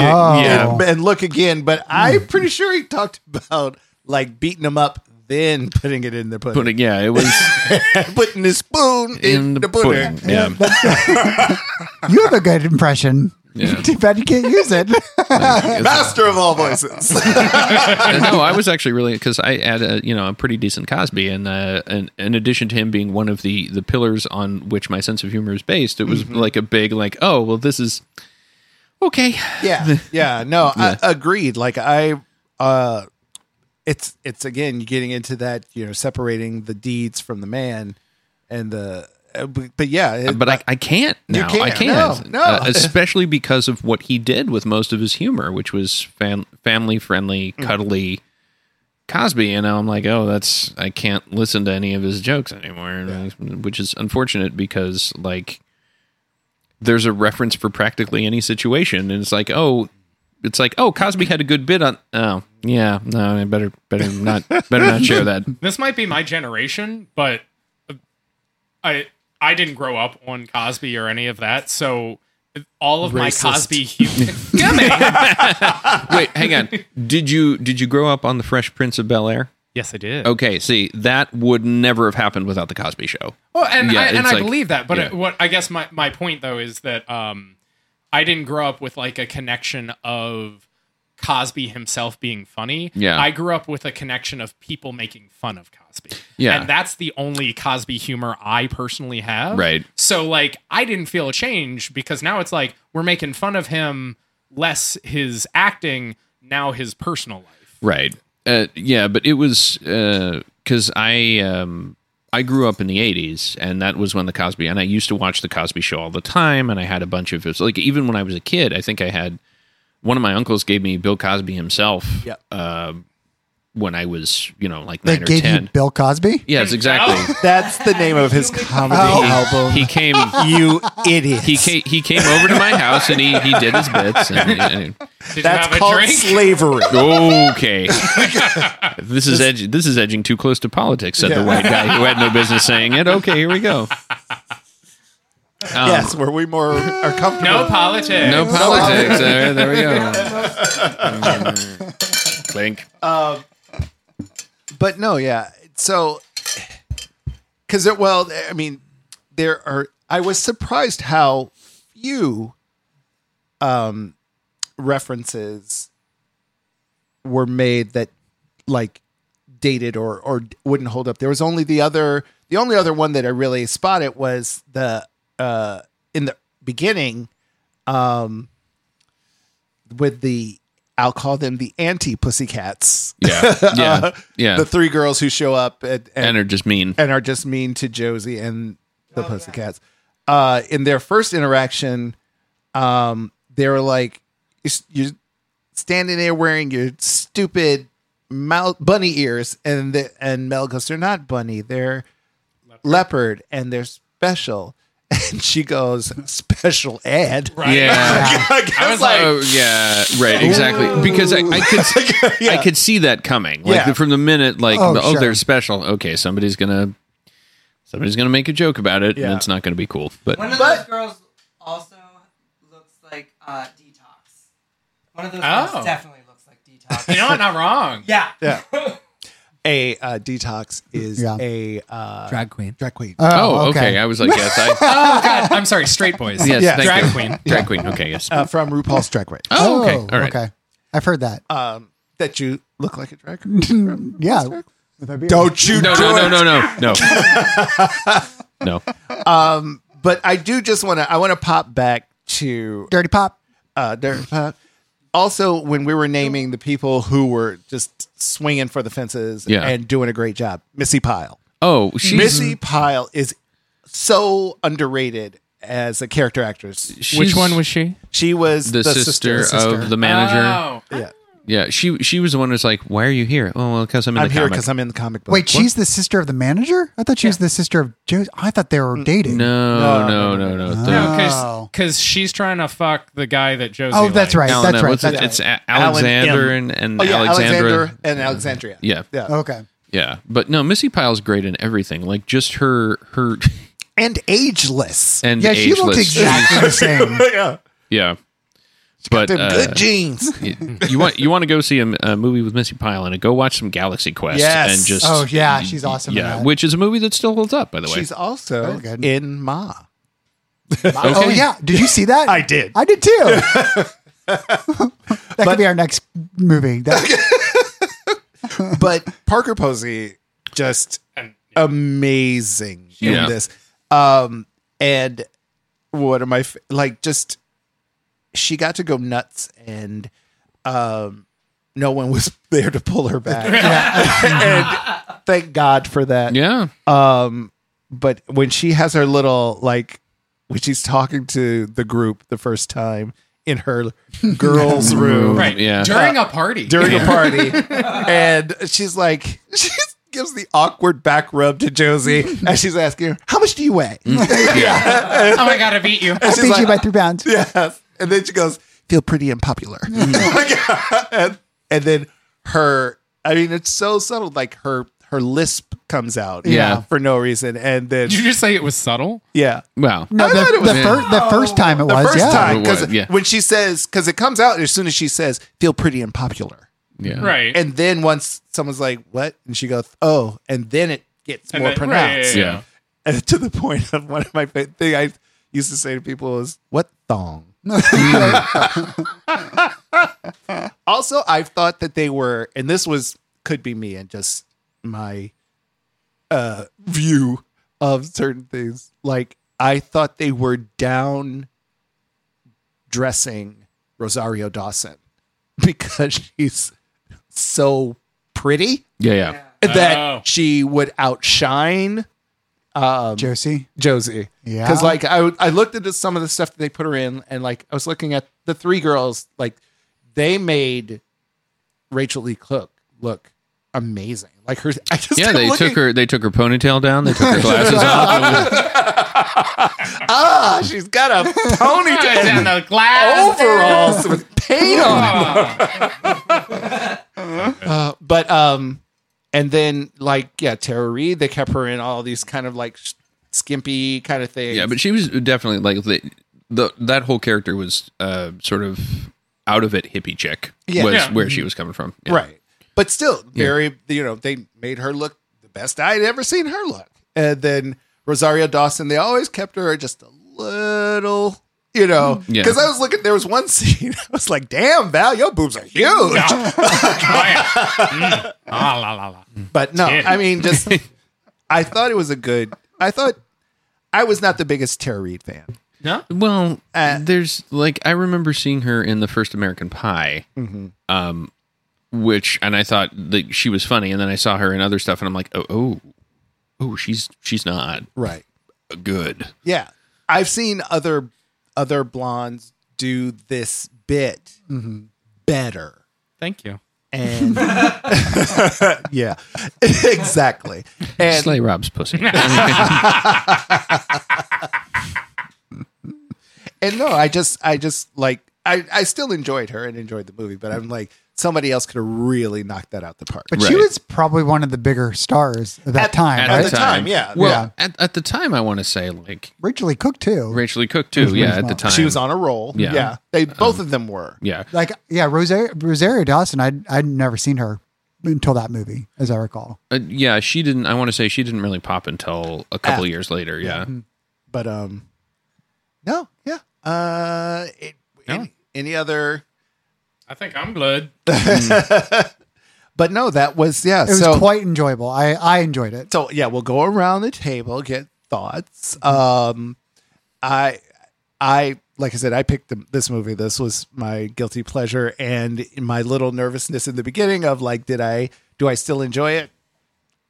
Speaker 1: and-
Speaker 4: Yeah.
Speaker 1: and,
Speaker 4: Yeah.
Speaker 1: look again, but I'm pretty sure he talked about like beating him up, then putting it in the pudding,
Speaker 5: pudding, yeah, it was
Speaker 1: putting his spoon in,
Speaker 5: in the, pudding, yeah.
Speaker 4: You have a good impression.
Speaker 5: Yeah.
Speaker 4: Too bad you can't use it.
Speaker 1: Master of all voices.
Speaker 5: no, I was actually really because I had a you know a pretty decent Cosby, and uh, and in addition to him being one of the the pillars on which my sense of humor is based, it was like a big like oh well this is okay
Speaker 1: yeah, yeah. No, I agreed. Like I, uh, it's it's again getting into that you know separating the deeds from the man and the, uh, but, but yeah, it-
Speaker 5: but I, I can't now. I
Speaker 1: can't.
Speaker 5: can't.
Speaker 1: No, no.
Speaker 5: Uh, especially because of what he did with most of his humor, which was fam- family friendly,
Speaker 1: Mm.
Speaker 5: cuddly Cosby. And now I'm like, oh, that's, I can't listen to any of his jokes anymore, and which is unfortunate because, like, there's a reference for practically any situation. And it's like, oh, it's like, oh, Cosby had a good bit on. Oh, yeah, no, I better, better not, better not share that.
Speaker 3: this might be my generation, but I I didn't grow up on Cosby or any of that, so all of
Speaker 1: Racist.
Speaker 3: my Cosby humor. Damn it.
Speaker 5: Wait, hang on. Did you, did you grow up on the Fresh Prince of Bel Air?
Speaker 3: yes, I did.
Speaker 5: Okay, see, that would never have happened without the Cosby Show.
Speaker 3: Well, and
Speaker 5: Yeah,
Speaker 3: I, and
Speaker 5: it's
Speaker 3: I
Speaker 5: like-
Speaker 3: believe that, but
Speaker 5: yeah.
Speaker 3: it- what I guess my, my point though is that um, I didn't grow up with like a connection of Cosby himself being funny.
Speaker 5: Yeah.
Speaker 3: I grew up with a connection of people making fun of Cosby.
Speaker 5: Yeah.
Speaker 3: and that's the only Cosby humor I personally have.
Speaker 5: Right.
Speaker 3: So like, I didn't feel a change because now it's like we're making fun of him less his acting, now his personal life.
Speaker 5: Right. Uh, yeah, but it was because uh, I um, I grew up in the 80s and that was when the Cosby and I used to watch the Cosby show all the time and I had a bunch of it's like even when I was a kid I think I had one of my uncles gave me Bill Cosby himself
Speaker 1: Yep.
Speaker 5: uh, when I was you know like
Speaker 4: They
Speaker 5: 9 or
Speaker 4: gave
Speaker 5: 10
Speaker 4: you Bill Cosby.
Speaker 5: Yes exactly
Speaker 1: That's the name of his comedy album.
Speaker 5: he came
Speaker 1: you idiot.
Speaker 5: he came, he came over to my house and he, he did his bits and, and
Speaker 3: Did
Speaker 1: That's
Speaker 3: you have
Speaker 1: called
Speaker 3: a drink?
Speaker 1: slavery.
Speaker 5: Um, Okay. this is edg- this is edging too close to politics, said
Speaker 1: Yeah.
Speaker 5: the white guy who had no business saying it. Okay, here we go. Um,
Speaker 1: yes, where we more are comfortable.
Speaker 3: no politics.
Speaker 5: No politics. Uh, there we go. Clink.
Speaker 1: But no, yeah. So, because it, well, I mean, there are. I was surprised how few um, references were made that like dated or or wouldn't hold up. There was only the other the only other one that I really spotted was the uh in the beginning um with the I'll call them the anti pussycats.
Speaker 5: Yeah. Yeah.
Speaker 1: Uh,
Speaker 5: Yeah.
Speaker 1: The three girls who show up and and,
Speaker 5: and
Speaker 1: and,
Speaker 5: are just mean.
Speaker 1: are just mean to Josie and the pussycats. Uh in their first interaction, um they were like "You're- you're standing there wearing your stupid mouth bunny ears and the, and Mel goes they're not bunny they're leopard, and they're special and she goes special ed
Speaker 3: Right.
Speaker 5: Yeah.
Speaker 1: I guess
Speaker 3: was
Speaker 1: like,
Speaker 5: Oh yeah, right, exactly. Because I, I could, I could see that coming. Like
Speaker 1: Yeah.
Speaker 5: the- from the minute, like
Speaker 4: Oh,
Speaker 5: the- oh,
Speaker 4: sure.
Speaker 5: they're special. Okay, somebody's gonna, somebody's gonna make a joke about it,
Speaker 1: Yeah.
Speaker 5: and it's not gonna be cool. But
Speaker 6: One of
Speaker 1: But-
Speaker 6: those girls also looks like uh, detox. One of those
Speaker 3: Oh.
Speaker 6: girls definitely looks like detox.
Speaker 3: You know what? Not wrong.
Speaker 6: yeah.
Speaker 1: yeah a uh, detox is
Speaker 4: Yeah.
Speaker 1: a uh,
Speaker 7: Drag queen.
Speaker 1: drag queen
Speaker 5: Oh, okay. I was like, yes, I,
Speaker 3: Oh God. I'm sorry. Straight boys.
Speaker 5: yes,
Speaker 1: Yeah.
Speaker 5: thank
Speaker 3: Drag
Speaker 5: you.
Speaker 3: queen.
Speaker 5: drag queen. Okay, yes.
Speaker 1: uh, from RuPaul's Drag Race
Speaker 5: oh, okay, all right.
Speaker 4: okay. I've heard that.
Speaker 1: um, that you look like a drag queen
Speaker 4: yeah. With a beard.
Speaker 1: don't you
Speaker 5: No,
Speaker 1: do
Speaker 5: no,
Speaker 1: it.
Speaker 5: no, no, no, no, no.
Speaker 1: but I do just want to I want to pop back to
Speaker 4: Dirty Pop.
Speaker 1: uh, there, uh, also when we were naming the people who were just swinging for the fences
Speaker 5: Yeah.
Speaker 1: and doing a great job missy pyle
Speaker 5: Oh, she's
Speaker 1: missy pyle is so underrated as a character actress
Speaker 5: she's
Speaker 2: Which one was she?
Speaker 1: she was
Speaker 5: the, sister,
Speaker 1: sister.
Speaker 5: of the manager?
Speaker 3: Oh.
Speaker 1: yeah
Speaker 5: Yeah, she she was the one who's like, "Why are you here?" Oh, well, because I'm in
Speaker 1: i'm
Speaker 5: the
Speaker 1: here
Speaker 5: comic.
Speaker 1: because i'm in the comic book
Speaker 4: Wait, she's the sister of the manager? I thought she was the sister of Joe. I thought they were dating.
Speaker 5: No, no, no, no. the-
Speaker 3: No, because
Speaker 4: Oh.
Speaker 3: she's trying to fuck the guy that Josie.
Speaker 4: Oh,
Speaker 3: likes.
Speaker 4: that's right.
Speaker 5: Alan,
Speaker 4: that's
Speaker 5: uh,
Speaker 4: right.
Speaker 5: what's it- it's
Speaker 4: That's right.
Speaker 5: A-
Speaker 1: Alan M.
Speaker 5: Alexander and, and
Speaker 1: oh yeah
Speaker 5: Alexandra. Mm-hmm.
Speaker 1: alexander and alexandria
Speaker 5: Yeah.
Speaker 1: yeah
Speaker 4: Okay.
Speaker 5: Yeah, but no, Missy Pyle's great in everything. Like just her her
Speaker 1: and ageless
Speaker 5: and
Speaker 4: Yeah, she
Speaker 5: ageless.
Speaker 4: looked exactly the same.
Speaker 1: yeah
Speaker 5: Yeah, but
Speaker 1: Them
Speaker 5: uh,
Speaker 1: good jeans
Speaker 5: you, you want you want to go see a, a movie with Missy Pyle and go watch some Galaxy Quest
Speaker 1: Yes.
Speaker 5: and just
Speaker 4: Oh yeah, she's awesome. in
Speaker 5: yeah,
Speaker 4: that.
Speaker 5: which is a movie that still holds up by the way.
Speaker 1: she's also
Speaker 4: Very good.
Speaker 1: in ma
Speaker 4: Oh yeah, did you see that?
Speaker 1: I did.
Speaker 4: I did too. that could be our next movie. That,
Speaker 1: but Parker Posey just
Speaker 3: And-
Speaker 1: amazing
Speaker 5: Yeah.
Speaker 1: in this. Um, and what am I f- like? Just she got to go nuts, and um, no one was there to pull her back. and thank God for that.
Speaker 5: yeah,
Speaker 1: But when she has her little like when she's talking to the group the first time in her girls' room,
Speaker 3: Right.
Speaker 5: Yeah.
Speaker 3: During a party.
Speaker 1: during a party, and she's like, she gives the awkward back rub to Josie, and she's asking her, "How much do you weigh?"
Speaker 5: Mm.
Speaker 3: oh my God, I beat you.
Speaker 4: I beat
Speaker 1: like-
Speaker 4: you by three pounds.
Speaker 1: yes, and then she goes, "Feel pretty and popular," and, and then her, I mean, it's so subtle, like her her lisp comes out,
Speaker 5: Yeah.
Speaker 1: for no reason, and then
Speaker 3: Did you just say it was subtle?
Speaker 1: yeah.
Speaker 5: wow.
Speaker 4: No,
Speaker 1: I
Speaker 4: the,
Speaker 1: thought it was- Oh,
Speaker 4: the, fir- the first time it
Speaker 1: The
Speaker 4: was.
Speaker 1: first
Speaker 4: yeah.
Speaker 1: time, because
Speaker 5: It was, yeah.
Speaker 1: when she says, because it comes out as soon as she says, "Feel pretty and popular,"
Speaker 5: Yeah,
Speaker 3: Right.
Speaker 1: and then once someone's like, "What?" and she goes, "Oh," and then it gets
Speaker 3: And
Speaker 1: more
Speaker 3: then- right,
Speaker 1: pronounced.
Speaker 5: Yeah.
Speaker 1: And to the point of one of my fa- thing I used to say to people is what thong. also, I thought that they were, and this was could be me and just my uh view of certain things. Like I thought they were down dressing Rosario Dawson because she's so pretty
Speaker 5: Yeah, yeah.
Speaker 1: that
Speaker 3: Oh.
Speaker 1: she would outshine um,
Speaker 4: Josie.
Speaker 1: Josie.
Speaker 4: Yeah.
Speaker 1: Because like I, w- I looked into some of the stuff that they put her in, and like I was looking at the three girls, like they made Rachel Lee Cook look amazing. Like her, I just
Speaker 5: Yeah,
Speaker 1: kept
Speaker 5: they
Speaker 1: looking-
Speaker 5: took her. They took her ponytail down. They took her glasses off.
Speaker 1: Ah, she's got a ponytail
Speaker 3: And the glass.
Speaker 1: overalls with paint on. it.
Speaker 3: Ah.
Speaker 1: but um and then like yeah tara reed they kept her in all these kind of like sh- skimpy kind of things
Speaker 5: Yeah, but she was definitely like the, the that whole character was uh, sort of out of it hippie chick.
Speaker 1: Yeah.
Speaker 5: was
Speaker 3: Yeah.
Speaker 4: Mm-hmm.
Speaker 5: where she was coming from. Yeah.
Speaker 1: right but still very you know they made her look the best i'd ever seen her look and then rosario dawson they always kept her just a little you know
Speaker 5: Mm. Yeah.
Speaker 1: because i was looking there was one scene i was like damn val your boobs are huge
Speaker 3: Mm. Ah, la, la, la.
Speaker 1: But no,
Speaker 3: Titty.
Speaker 1: I mean, just I thought it was a good. I thought I was not the biggest Tara Reid fan.
Speaker 3: No?
Speaker 5: Well,
Speaker 1: Uh,
Speaker 5: there's like I remember seeing her in the first American Pie,
Speaker 1: Mm-hmm.
Speaker 5: um, which and I thought that she was funny, and then I saw her in other stuff, and I'm like, oh, oh, oh, she's she's not
Speaker 1: Right.
Speaker 5: good.
Speaker 1: Yeah, I've seen other other blondes do this bit
Speaker 5: Mm-hmm.
Speaker 1: better.
Speaker 3: Thank you.
Speaker 1: And yeah, exactly. And
Speaker 5: Slay Rob's pussy.
Speaker 1: and no, I just I just like I I still enjoyed her and enjoyed the movie, but I'm like somebody else could have really knocked that out the park.
Speaker 4: But she
Speaker 5: Right.
Speaker 4: was probably one of the bigger stars at that time,
Speaker 5: at
Speaker 4: right?
Speaker 5: the time,
Speaker 1: yeah.
Speaker 5: well, at, at the time, I want to say like
Speaker 4: Rachel Lee Cook too.
Speaker 5: Rachel Lee Cook too. Yeah, at the time
Speaker 1: she was on a roll. Um,
Speaker 5: Yeah.
Speaker 1: They both of them were.
Speaker 5: Yeah,
Speaker 4: Like yeah, Rosario, Rosario Dawson. I'd I'd never seen her until that movie, as I recall.
Speaker 5: Uh, yeah, she didn't. I want to say she didn't really pop until a couple
Speaker 1: After.
Speaker 5: years later. Yeah,
Speaker 1: but um no yeah uh it, any, any other
Speaker 3: I think I'm good.
Speaker 1: but no that was yeah
Speaker 4: It was
Speaker 1: so
Speaker 4: quite enjoyable. I I enjoyed it.
Speaker 1: so yeah we'll go around the table get thoughts um i i like i said i picked the, this movie this was my guilty pleasure and my little nervousness in the beginning of like did i do i still enjoy it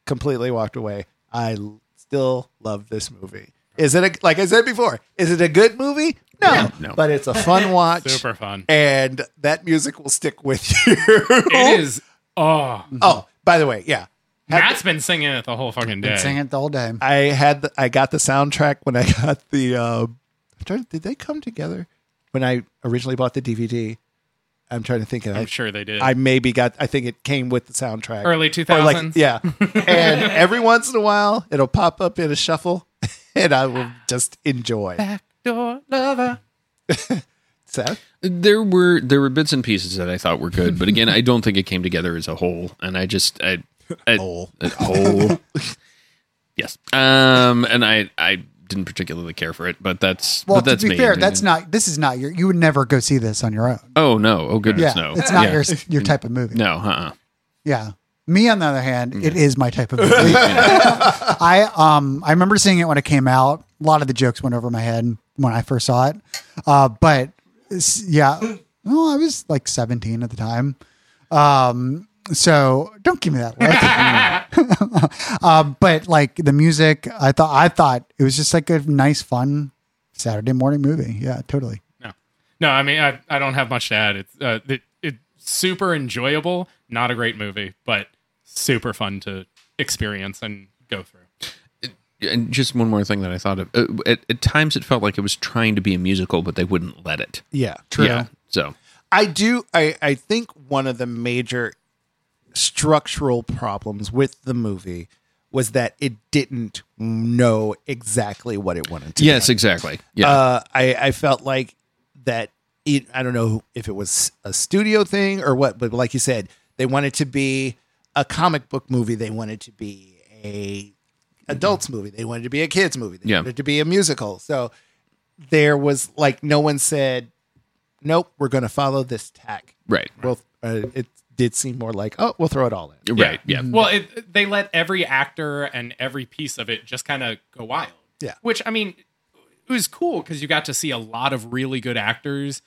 Speaker 1: completely walked away i l- still love this movie is it a, like i said before is it a good movie no,
Speaker 5: No.
Speaker 1: but it's a fun watch
Speaker 3: Super fun.
Speaker 1: and that music will stick with you.
Speaker 3: It is. Oh,
Speaker 1: Oh, by the way, yeah,
Speaker 3: Matt's been singing it the whole fucking day.
Speaker 4: Been singing it the whole day.
Speaker 1: I had the, I got the soundtrack when I got the. Uh, I'm trying, did they come together when I originally bought the DVD? I'm trying to think of.
Speaker 3: I'm
Speaker 1: it.
Speaker 3: sure they did.
Speaker 1: I maybe got. I think it came with the soundtrack.
Speaker 3: Early
Speaker 1: Or
Speaker 3: 2000s.
Speaker 1: like- yeah, and every once in a while it'll pop up in a shuffle, and I will just enjoy.
Speaker 3: Backdoor lover.
Speaker 1: Seth,
Speaker 5: there were there were bits and pieces that I thought were good, but again, I don't think it came together as a whole. And I just I, I
Speaker 1: Whole.
Speaker 5: a whole. yes, um, and I I didn't particularly care for it, but that's
Speaker 4: Well,
Speaker 5: but that's
Speaker 4: to be
Speaker 5: me.
Speaker 4: fair, that's not. This is not your. You would never go see this on your own.
Speaker 5: Oh no! Oh
Speaker 4: Yeah,
Speaker 5: goodness, no!
Speaker 4: it's not
Speaker 5: Yeah.
Speaker 4: your your type of movie.
Speaker 5: No, uh-uh.
Speaker 4: Yeah. Me on the other hand, it is my type of movie. I um I remember seeing it when it came out. A lot of the jokes went over my head when I first saw it. Uh but s- yeah, well, I was like 17 at the time. Um so don't give me that look. um but like the music, I thought I thought it was just like a nice fun Saturday morning movie. Yeah, totally.
Speaker 3: No, no. I mean, I, I don't have much to add. It's uh, it, it's super enjoyable. Not a great movie, but super fun to experience and go through.
Speaker 5: And just one more thing that I thought of. Uh, At, at times, it felt like it was trying to be a musical, but they wouldn't let it.
Speaker 1: yeah,
Speaker 5: Yeah. So
Speaker 1: I do. I I think one of the major structural problems with the movie was that it didn't know exactly what it wanted to.
Speaker 5: yes, exactly. Yeah.
Speaker 1: Uh, I I felt like that. It, I don't know if it was a studio thing or what, but like you said, they wanted to be a comic book movie. They wanted to be a adults movie. They wanted to be a kids movie. They
Speaker 5: Yeah.
Speaker 1: wanted to be a musical. So there was like no one said, "Nope, we're going to follow this tack."
Speaker 5: right.
Speaker 1: Well, uh, it did seem more like, "Oh, we'll throw it all in."
Speaker 5: Right. Mm-hmm. Yeah.
Speaker 3: Well, it, they let every actor and every piece of it just kind of go wild.
Speaker 1: Yeah.
Speaker 3: Which I mean, it was cool because you got to see a lot of really good actors.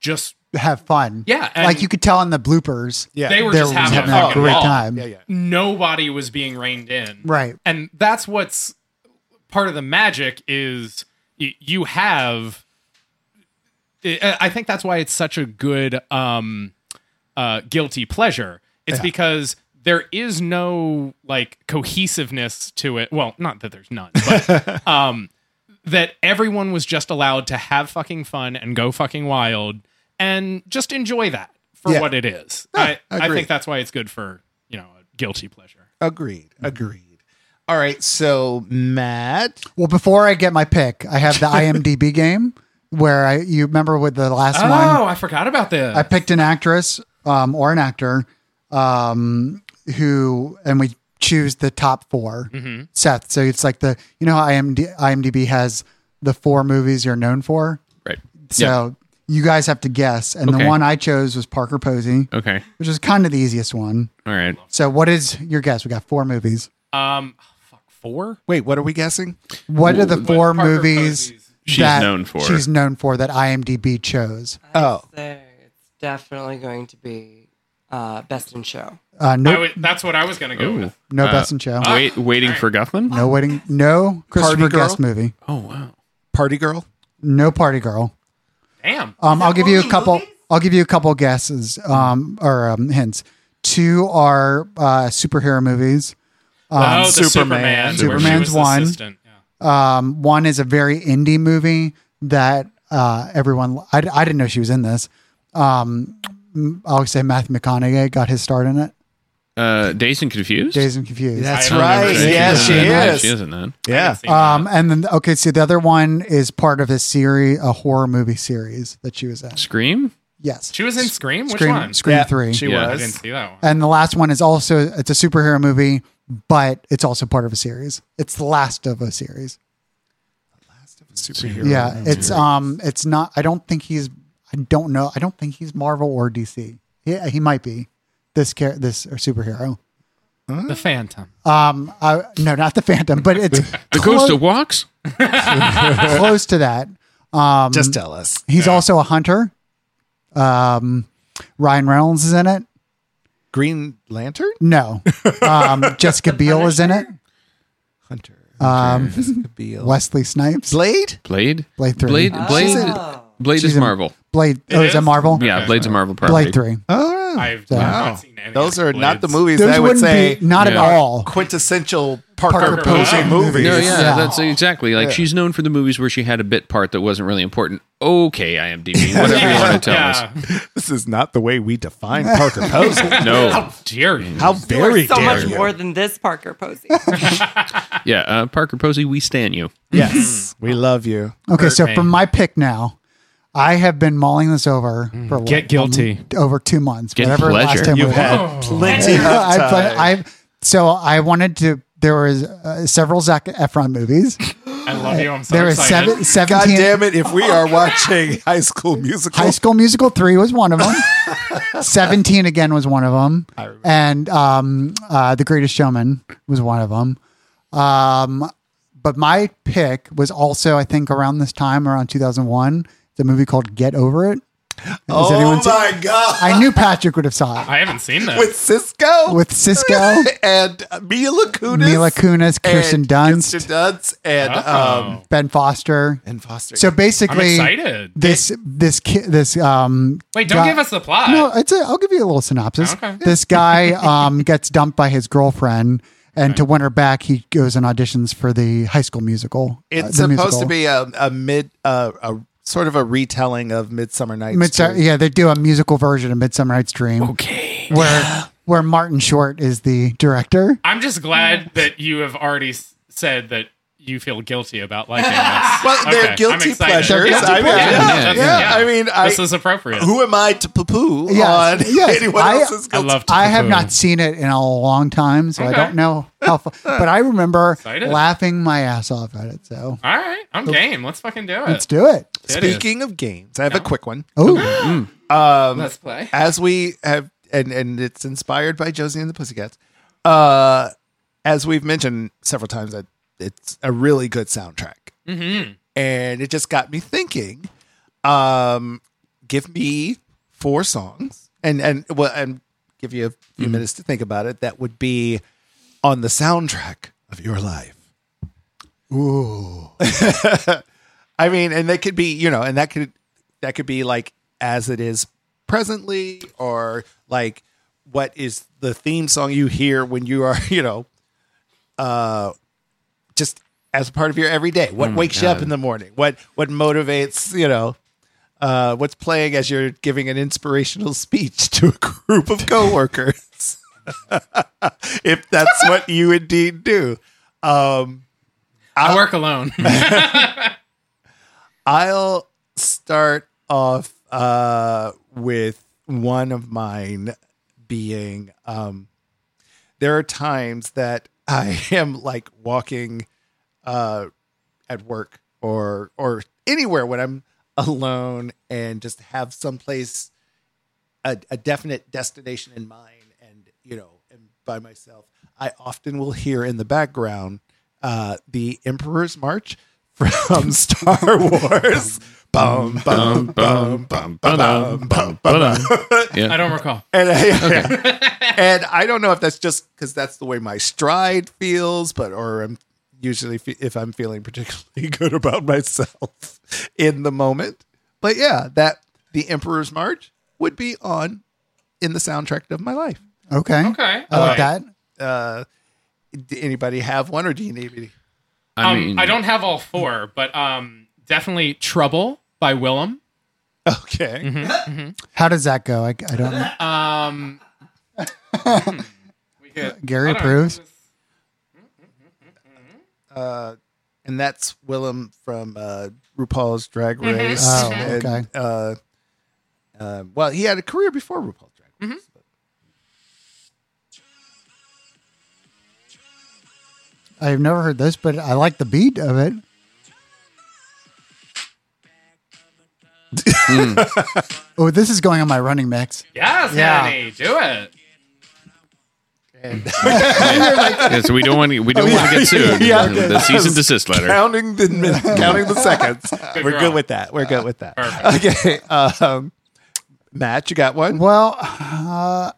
Speaker 3: Just
Speaker 4: Have fun.
Speaker 3: Yeah, and-
Speaker 4: Like you could tell in the bloopers.
Speaker 1: Yeah.
Speaker 3: they were
Speaker 4: They
Speaker 3: just
Speaker 4: were
Speaker 3: having,
Speaker 4: having
Speaker 3: a
Speaker 4: a
Speaker 3: fucking
Speaker 4: great
Speaker 3: ball.
Speaker 4: time.
Speaker 1: Yeah, yeah.
Speaker 3: Nobody was being reined in.
Speaker 4: Right.
Speaker 3: and that's what's part of the magic is y- you have. I I think that's why it's such a good um, uh, guilty pleasure. It's because there is no like cohesiveness to it. Well, not that there's none, but um, that everyone was just allowed to have fucking fun and go fucking wild and just enjoy that for
Speaker 1: Yeah.
Speaker 3: what it is. I, I
Speaker 1: agreed.
Speaker 3: think that's why it's good for you know a guilty pleasure.
Speaker 1: Agreed. Agreed. All right. So Matt,
Speaker 4: Well, before I get my pick, I have the IMDb game where I you remember with the last
Speaker 3: Oh,
Speaker 4: one
Speaker 3: I forgot about this.
Speaker 4: I picked an actress um, or an actor um, who, and we choose the top 4
Speaker 5: Mm-hmm.
Speaker 4: Seth, so it's like the you know how IMD, IMDb has the four movies you're known for.
Speaker 5: Right.
Speaker 4: So you guys have to guess, and
Speaker 5: Okay.
Speaker 4: the one I chose was Parker Posey,
Speaker 5: Okay.
Speaker 4: which is kind of the easiest one.
Speaker 5: All right.
Speaker 4: So what is your guess? We got four movies.
Speaker 3: um, fuck four.
Speaker 1: wait, what are we guessing?
Speaker 4: What are the
Speaker 5: What
Speaker 4: four
Speaker 3: Parker
Speaker 4: movies
Speaker 3: Posey's-
Speaker 5: She's
Speaker 4: that
Speaker 5: known for.
Speaker 4: she's known for that IMDb chose?
Speaker 1: Oh.
Speaker 6: it's definitely going to be uh, Best in Show.
Speaker 4: Uh,
Speaker 3: I
Speaker 4: no,
Speaker 3: would- that's what I was gonna go with.
Speaker 4: no
Speaker 5: Uh,
Speaker 4: Best in Show.
Speaker 5: Wait, waiting for Guffman?
Speaker 4: No wedding. No Christopher
Speaker 1: Party Girl?
Speaker 4: Guest movie.
Speaker 5: Oh wow.
Speaker 1: Party girl.
Speaker 4: No Party Girl.
Speaker 3: Damn.
Speaker 4: Um, I'll give you a
Speaker 6: only
Speaker 4: couple.
Speaker 6: movies?
Speaker 4: I'll give you a couple guesses. Um, or um, hints. Two are uh, superhero movies.
Speaker 3: oh, the
Speaker 1: Superman.
Speaker 3: Superman. where she
Speaker 4: Superman's
Speaker 3: was the
Speaker 4: one.
Speaker 3: assistant. Yeah.
Speaker 4: Um, one is a very indie movie that uh, everyone. I, I didn't know she was in this. Um, I'll say Matthew McConaughey got his start in it.
Speaker 5: Uh, Dazed and Confused.
Speaker 4: Dazed and Confused.
Speaker 1: That's
Speaker 3: I don't
Speaker 1: right.
Speaker 3: remember
Speaker 5: She's
Speaker 3: that.
Speaker 1: Yeah,
Speaker 5: in
Speaker 1: she
Speaker 5: that. Yeah,
Speaker 1: is.
Speaker 5: She is in that.
Speaker 3: I
Speaker 1: Yeah.
Speaker 3: haven't seen
Speaker 4: Um, and then okay, so the other one is part of a series, a horror movie series that she was in.
Speaker 5: Scream.
Speaker 4: Yes,
Speaker 3: She was in Scream. Which
Speaker 4: Scream,
Speaker 3: one?
Speaker 4: Scream
Speaker 1: Yeah,
Speaker 4: Three.
Speaker 1: She
Speaker 5: Yeah.
Speaker 3: I
Speaker 1: was.
Speaker 3: didn't see that one.
Speaker 4: And the last one is also it's a superhero movie, but it's also part of a series. It's the last of a series.
Speaker 1: Superhero.
Speaker 4: yeah, it's um, it's not. I don't think he's. I don't know. I don't think he's Marvel or DC. Yeah, he might be this char- this or superhero.
Speaker 3: The Phantom.
Speaker 4: Um, I, no, not the Phantom, but it's
Speaker 5: The Ghost of Walks.
Speaker 4: close to that. Um,
Speaker 1: Just tell us.
Speaker 4: He's also a hunter. Um, Ryan Reynolds is in it.
Speaker 1: Green Lantern
Speaker 4: No, um, Jessica Biel is in it.
Speaker 1: Hunter.
Speaker 4: Um,
Speaker 1: Jessica Biel.
Speaker 4: Wesley Snipes.
Speaker 1: Blade.
Speaker 5: Blade.
Speaker 4: Blade three.
Speaker 5: Blade. Blade. Blade
Speaker 4: She's
Speaker 5: is
Speaker 4: in-
Speaker 5: Marvel.
Speaker 4: Blade. Oh, is
Speaker 3: is?
Speaker 4: that Marvel?
Speaker 5: Yeah,
Speaker 3: Okay.
Speaker 5: Blade's a Marvel property.
Speaker 4: Blade three.
Speaker 1: Oh,
Speaker 3: I've
Speaker 1: Wow.
Speaker 3: not seen any.
Speaker 1: those
Speaker 3: of
Speaker 1: are not
Speaker 3: Blades.
Speaker 1: the movies
Speaker 4: Those
Speaker 1: I would
Speaker 4: wouldn't
Speaker 1: say
Speaker 4: be not at
Speaker 5: Yeah.
Speaker 4: all.
Speaker 1: quintessential Parker,
Speaker 4: Parker
Speaker 1: Posey
Speaker 4: Posey
Speaker 1: movies.
Speaker 5: No,
Speaker 4: movies.
Speaker 5: yeah,
Speaker 4: Yeah.
Speaker 5: that's exactly like she's known for the movies where she had a bit part that wasn't really important. Okay, IMDb, whatever you want to tell
Speaker 3: Yeah.
Speaker 1: This is not the way we define Parker Posey.
Speaker 5: us. No,
Speaker 3: How dare you?
Speaker 1: How
Speaker 6: You are
Speaker 1: very
Speaker 6: so
Speaker 1: dare
Speaker 6: much
Speaker 1: you.
Speaker 6: more than this Parker Posey.
Speaker 5: yeah, uh, Parker Posey, we stan you.
Speaker 1: Yes, we love you.
Speaker 4: Okay, so
Speaker 3: Birdman.
Speaker 4: for my pick now, I have been mulling this over for what,
Speaker 3: Get guilty.
Speaker 4: um, over two months.
Speaker 5: Get
Speaker 4: whatever last
Speaker 5: pleasure.
Speaker 4: time
Speaker 1: You've
Speaker 4: we
Speaker 1: had plenty of
Speaker 4: I,
Speaker 1: time.
Speaker 4: I, I so I wanted to. There was uh, several Zac Efron movies.
Speaker 3: I love you. I'm so
Speaker 4: There was
Speaker 3: excited.
Speaker 4: seven,
Speaker 1: God
Speaker 4: 17
Speaker 1: damn it! If we are watching High School Musical,
Speaker 4: High School Musical three was one of them. Seventeen again was one of them, and um, uh, The Greatest Showman was one of them. Um, but my pick was also, I think, around this time, around two thousand one, the movie called Get Over It. Has
Speaker 1: oh
Speaker 4: anyone
Speaker 1: my
Speaker 4: seen-
Speaker 1: god,
Speaker 4: I knew Patrick would have saw it
Speaker 3: I haven't seen that.
Speaker 1: with Cisco,
Speaker 4: with Cisco,
Speaker 1: and Mila Kunis,
Speaker 4: Mila Kunis,
Speaker 1: and
Speaker 4: Kirsten Dunst,
Speaker 1: Kirsten Dunst, and
Speaker 3: Oh.
Speaker 1: um,
Speaker 4: Ben Foster.
Speaker 1: and Foster.
Speaker 4: So
Speaker 3: I'm
Speaker 4: basically,
Speaker 3: excited.
Speaker 4: this this ki- this um
Speaker 3: Wait, don't
Speaker 4: guy-
Speaker 3: give us the plot.
Speaker 4: No, it's a, I'll give you a little synopsis.
Speaker 3: Okay.
Speaker 4: This guy um, gets dumped by his girlfriend, and to win her back, he goes and auditions for the High School Musical. uh,
Speaker 1: it's
Speaker 4: the
Speaker 1: supposed
Speaker 4: musical.
Speaker 1: to be a, a mid, uh, a sort of a retelling of Midsummer Night's
Speaker 4: Midsummer,
Speaker 1: Dream.
Speaker 4: yeah, they do a musical version of Midsummer Night's Dream,
Speaker 5: Okay,
Speaker 4: where where Martin Short is the director.
Speaker 3: I'm just glad that you have already s- said that you feel guilty about liking this.
Speaker 1: Well, they're
Speaker 3: Okay, I'm
Speaker 1: guilty
Speaker 3: excited.
Speaker 1: pleasures.
Speaker 3: They're guilty
Speaker 1: I mean,
Speaker 3: pleasures.
Speaker 1: yeah,
Speaker 5: Yeah,
Speaker 1: yeah,
Speaker 3: yeah.
Speaker 1: I mean, I,
Speaker 3: this is appropriate.
Speaker 1: who am I to poo-poo
Speaker 4: Yes,
Speaker 1: on
Speaker 4: yes,
Speaker 1: anyone
Speaker 4: I-
Speaker 1: else's
Speaker 3: I
Speaker 1: guilty?
Speaker 3: love.
Speaker 4: I have
Speaker 3: Tapu.
Speaker 4: not seen it in a long time, so I
Speaker 3: Okay.
Speaker 4: don't know how. Fu- but I remember
Speaker 3: Excited.
Speaker 4: laughing my ass off at it. So
Speaker 3: All right, I'm game. Let's fucking do it.
Speaker 4: let's do it.
Speaker 3: It is.
Speaker 1: Speaking of games, I have a quick one.
Speaker 4: Oh,
Speaker 3: Let's play.
Speaker 1: as we have and and it's inspired by Josie and the Pussycats. Uh as we've mentioned several times that it's a really good soundtrack. Mm-hmm. And it just got me thinking um give me four songs and and well and give you a few minutes to think about it that would be on the soundtrack of your life.
Speaker 4: Ooh.
Speaker 1: I mean, and they could be, you know, and that could that could be like as it is presently, or like what is the theme song you hear when you are, you know, uh, just as part of your everyday. What wakes you up
Speaker 5: God.
Speaker 1: in the morning? What what motivates, you know, uh, what's playing as you're giving an inspirational speech to a group of coworkers? if that's what you indeed do. Um,
Speaker 3: I work alone.
Speaker 1: I'll start off uh, with one of mine being um, there are times that I am like walking uh, at work or or anywhere when I'm alone and just have someplace a, a definite destination in mind and you know am by myself. I often will hear in the background uh, the Emperor's March from Star Wars. Bum bum bum bum bum bum bum bum.
Speaker 5: Yeah.
Speaker 3: I don't recall.
Speaker 1: And I, and I don't know if that's just because that's the way my stride feels, but or I'm usually fe- if I'm feeling particularly good about myself in the moment. But yeah, that the Emperor's March would be on in the soundtrack of my life.
Speaker 4: Okay.
Speaker 3: Okay.
Speaker 4: I like that.
Speaker 1: Uh, d anybody have one, or do you need me?
Speaker 5: I
Speaker 3: Um, I,
Speaker 5: mean,
Speaker 3: don't have all four, but um, definitely Trouble by Willem.
Speaker 1: to- Okay,
Speaker 4: How does that go? I, I don't know.
Speaker 3: Um, we could-
Speaker 4: Gary
Speaker 3: I don't know.
Speaker 4: approves.
Speaker 1: uh, and that's Willem from uh, RuPaul's Drag Race.
Speaker 4: Oh,
Speaker 1: and,
Speaker 4: okay.
Speaker 1: uh, uh, well, he had a career before RuPaul's Drag Race. but-
Speaker 4: I've never heard this, but I like the beat of it.
Speaker 1: Hmm.
Speaker 4: oh, this is going on my running mix.
Speaker 3: Yes,
Speaker 4: Yeah.
Speaker 3: Manny, do it.
Speaker 5: yeah, so we don't want to, we don't
Speaker 1: Oh,
Speaker 5: want to
Speaker 1: yeah.
Speaker 5: get sued.
Speaker 1: Yeah, okay.
Speaker 5: the cease and desist letter.
Speaker 1: counting the min- counting the seconds. We're
Speaker 3: girl.
Speaker 1: good with that. We're good with that. Okay, um, Matt, you got one?
Speaker 4: Well, uh,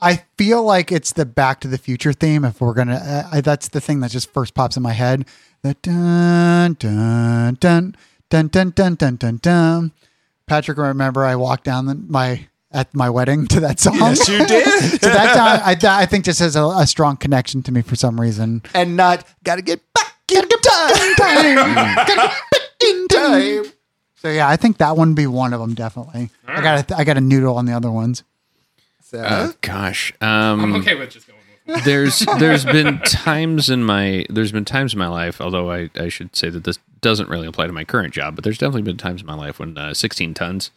Speaker 4: I feel like it's the Back to the Future theme. If we're gonna, uh, I, that's the thing that just first pops in my head. The dun dun dun dun dun dun dun dun dun. Patrick, remember I walked down the, my at my wedding to that song.
Speaker 1: Yes, you did.
Speaker 4: so that song, I, that I think just has a, a strong connection to me for some reason.
Speaker 1: and not gotta get back in time. Gotta get back in time.
Speaker 4: So yeah, I think that one would be one of them definitely. I got a, I got a noodle on the other ones.
Speaker 1: So,
Speaker 5: Uh, gosh. Um,
Speaker 3: I'm okay with just going with one.
Speaker 5: there's there's been times in my there's been times in my life although I, I should say that this doesn't really apply to my current job but there's definitely been times in my life when uh, 16 tons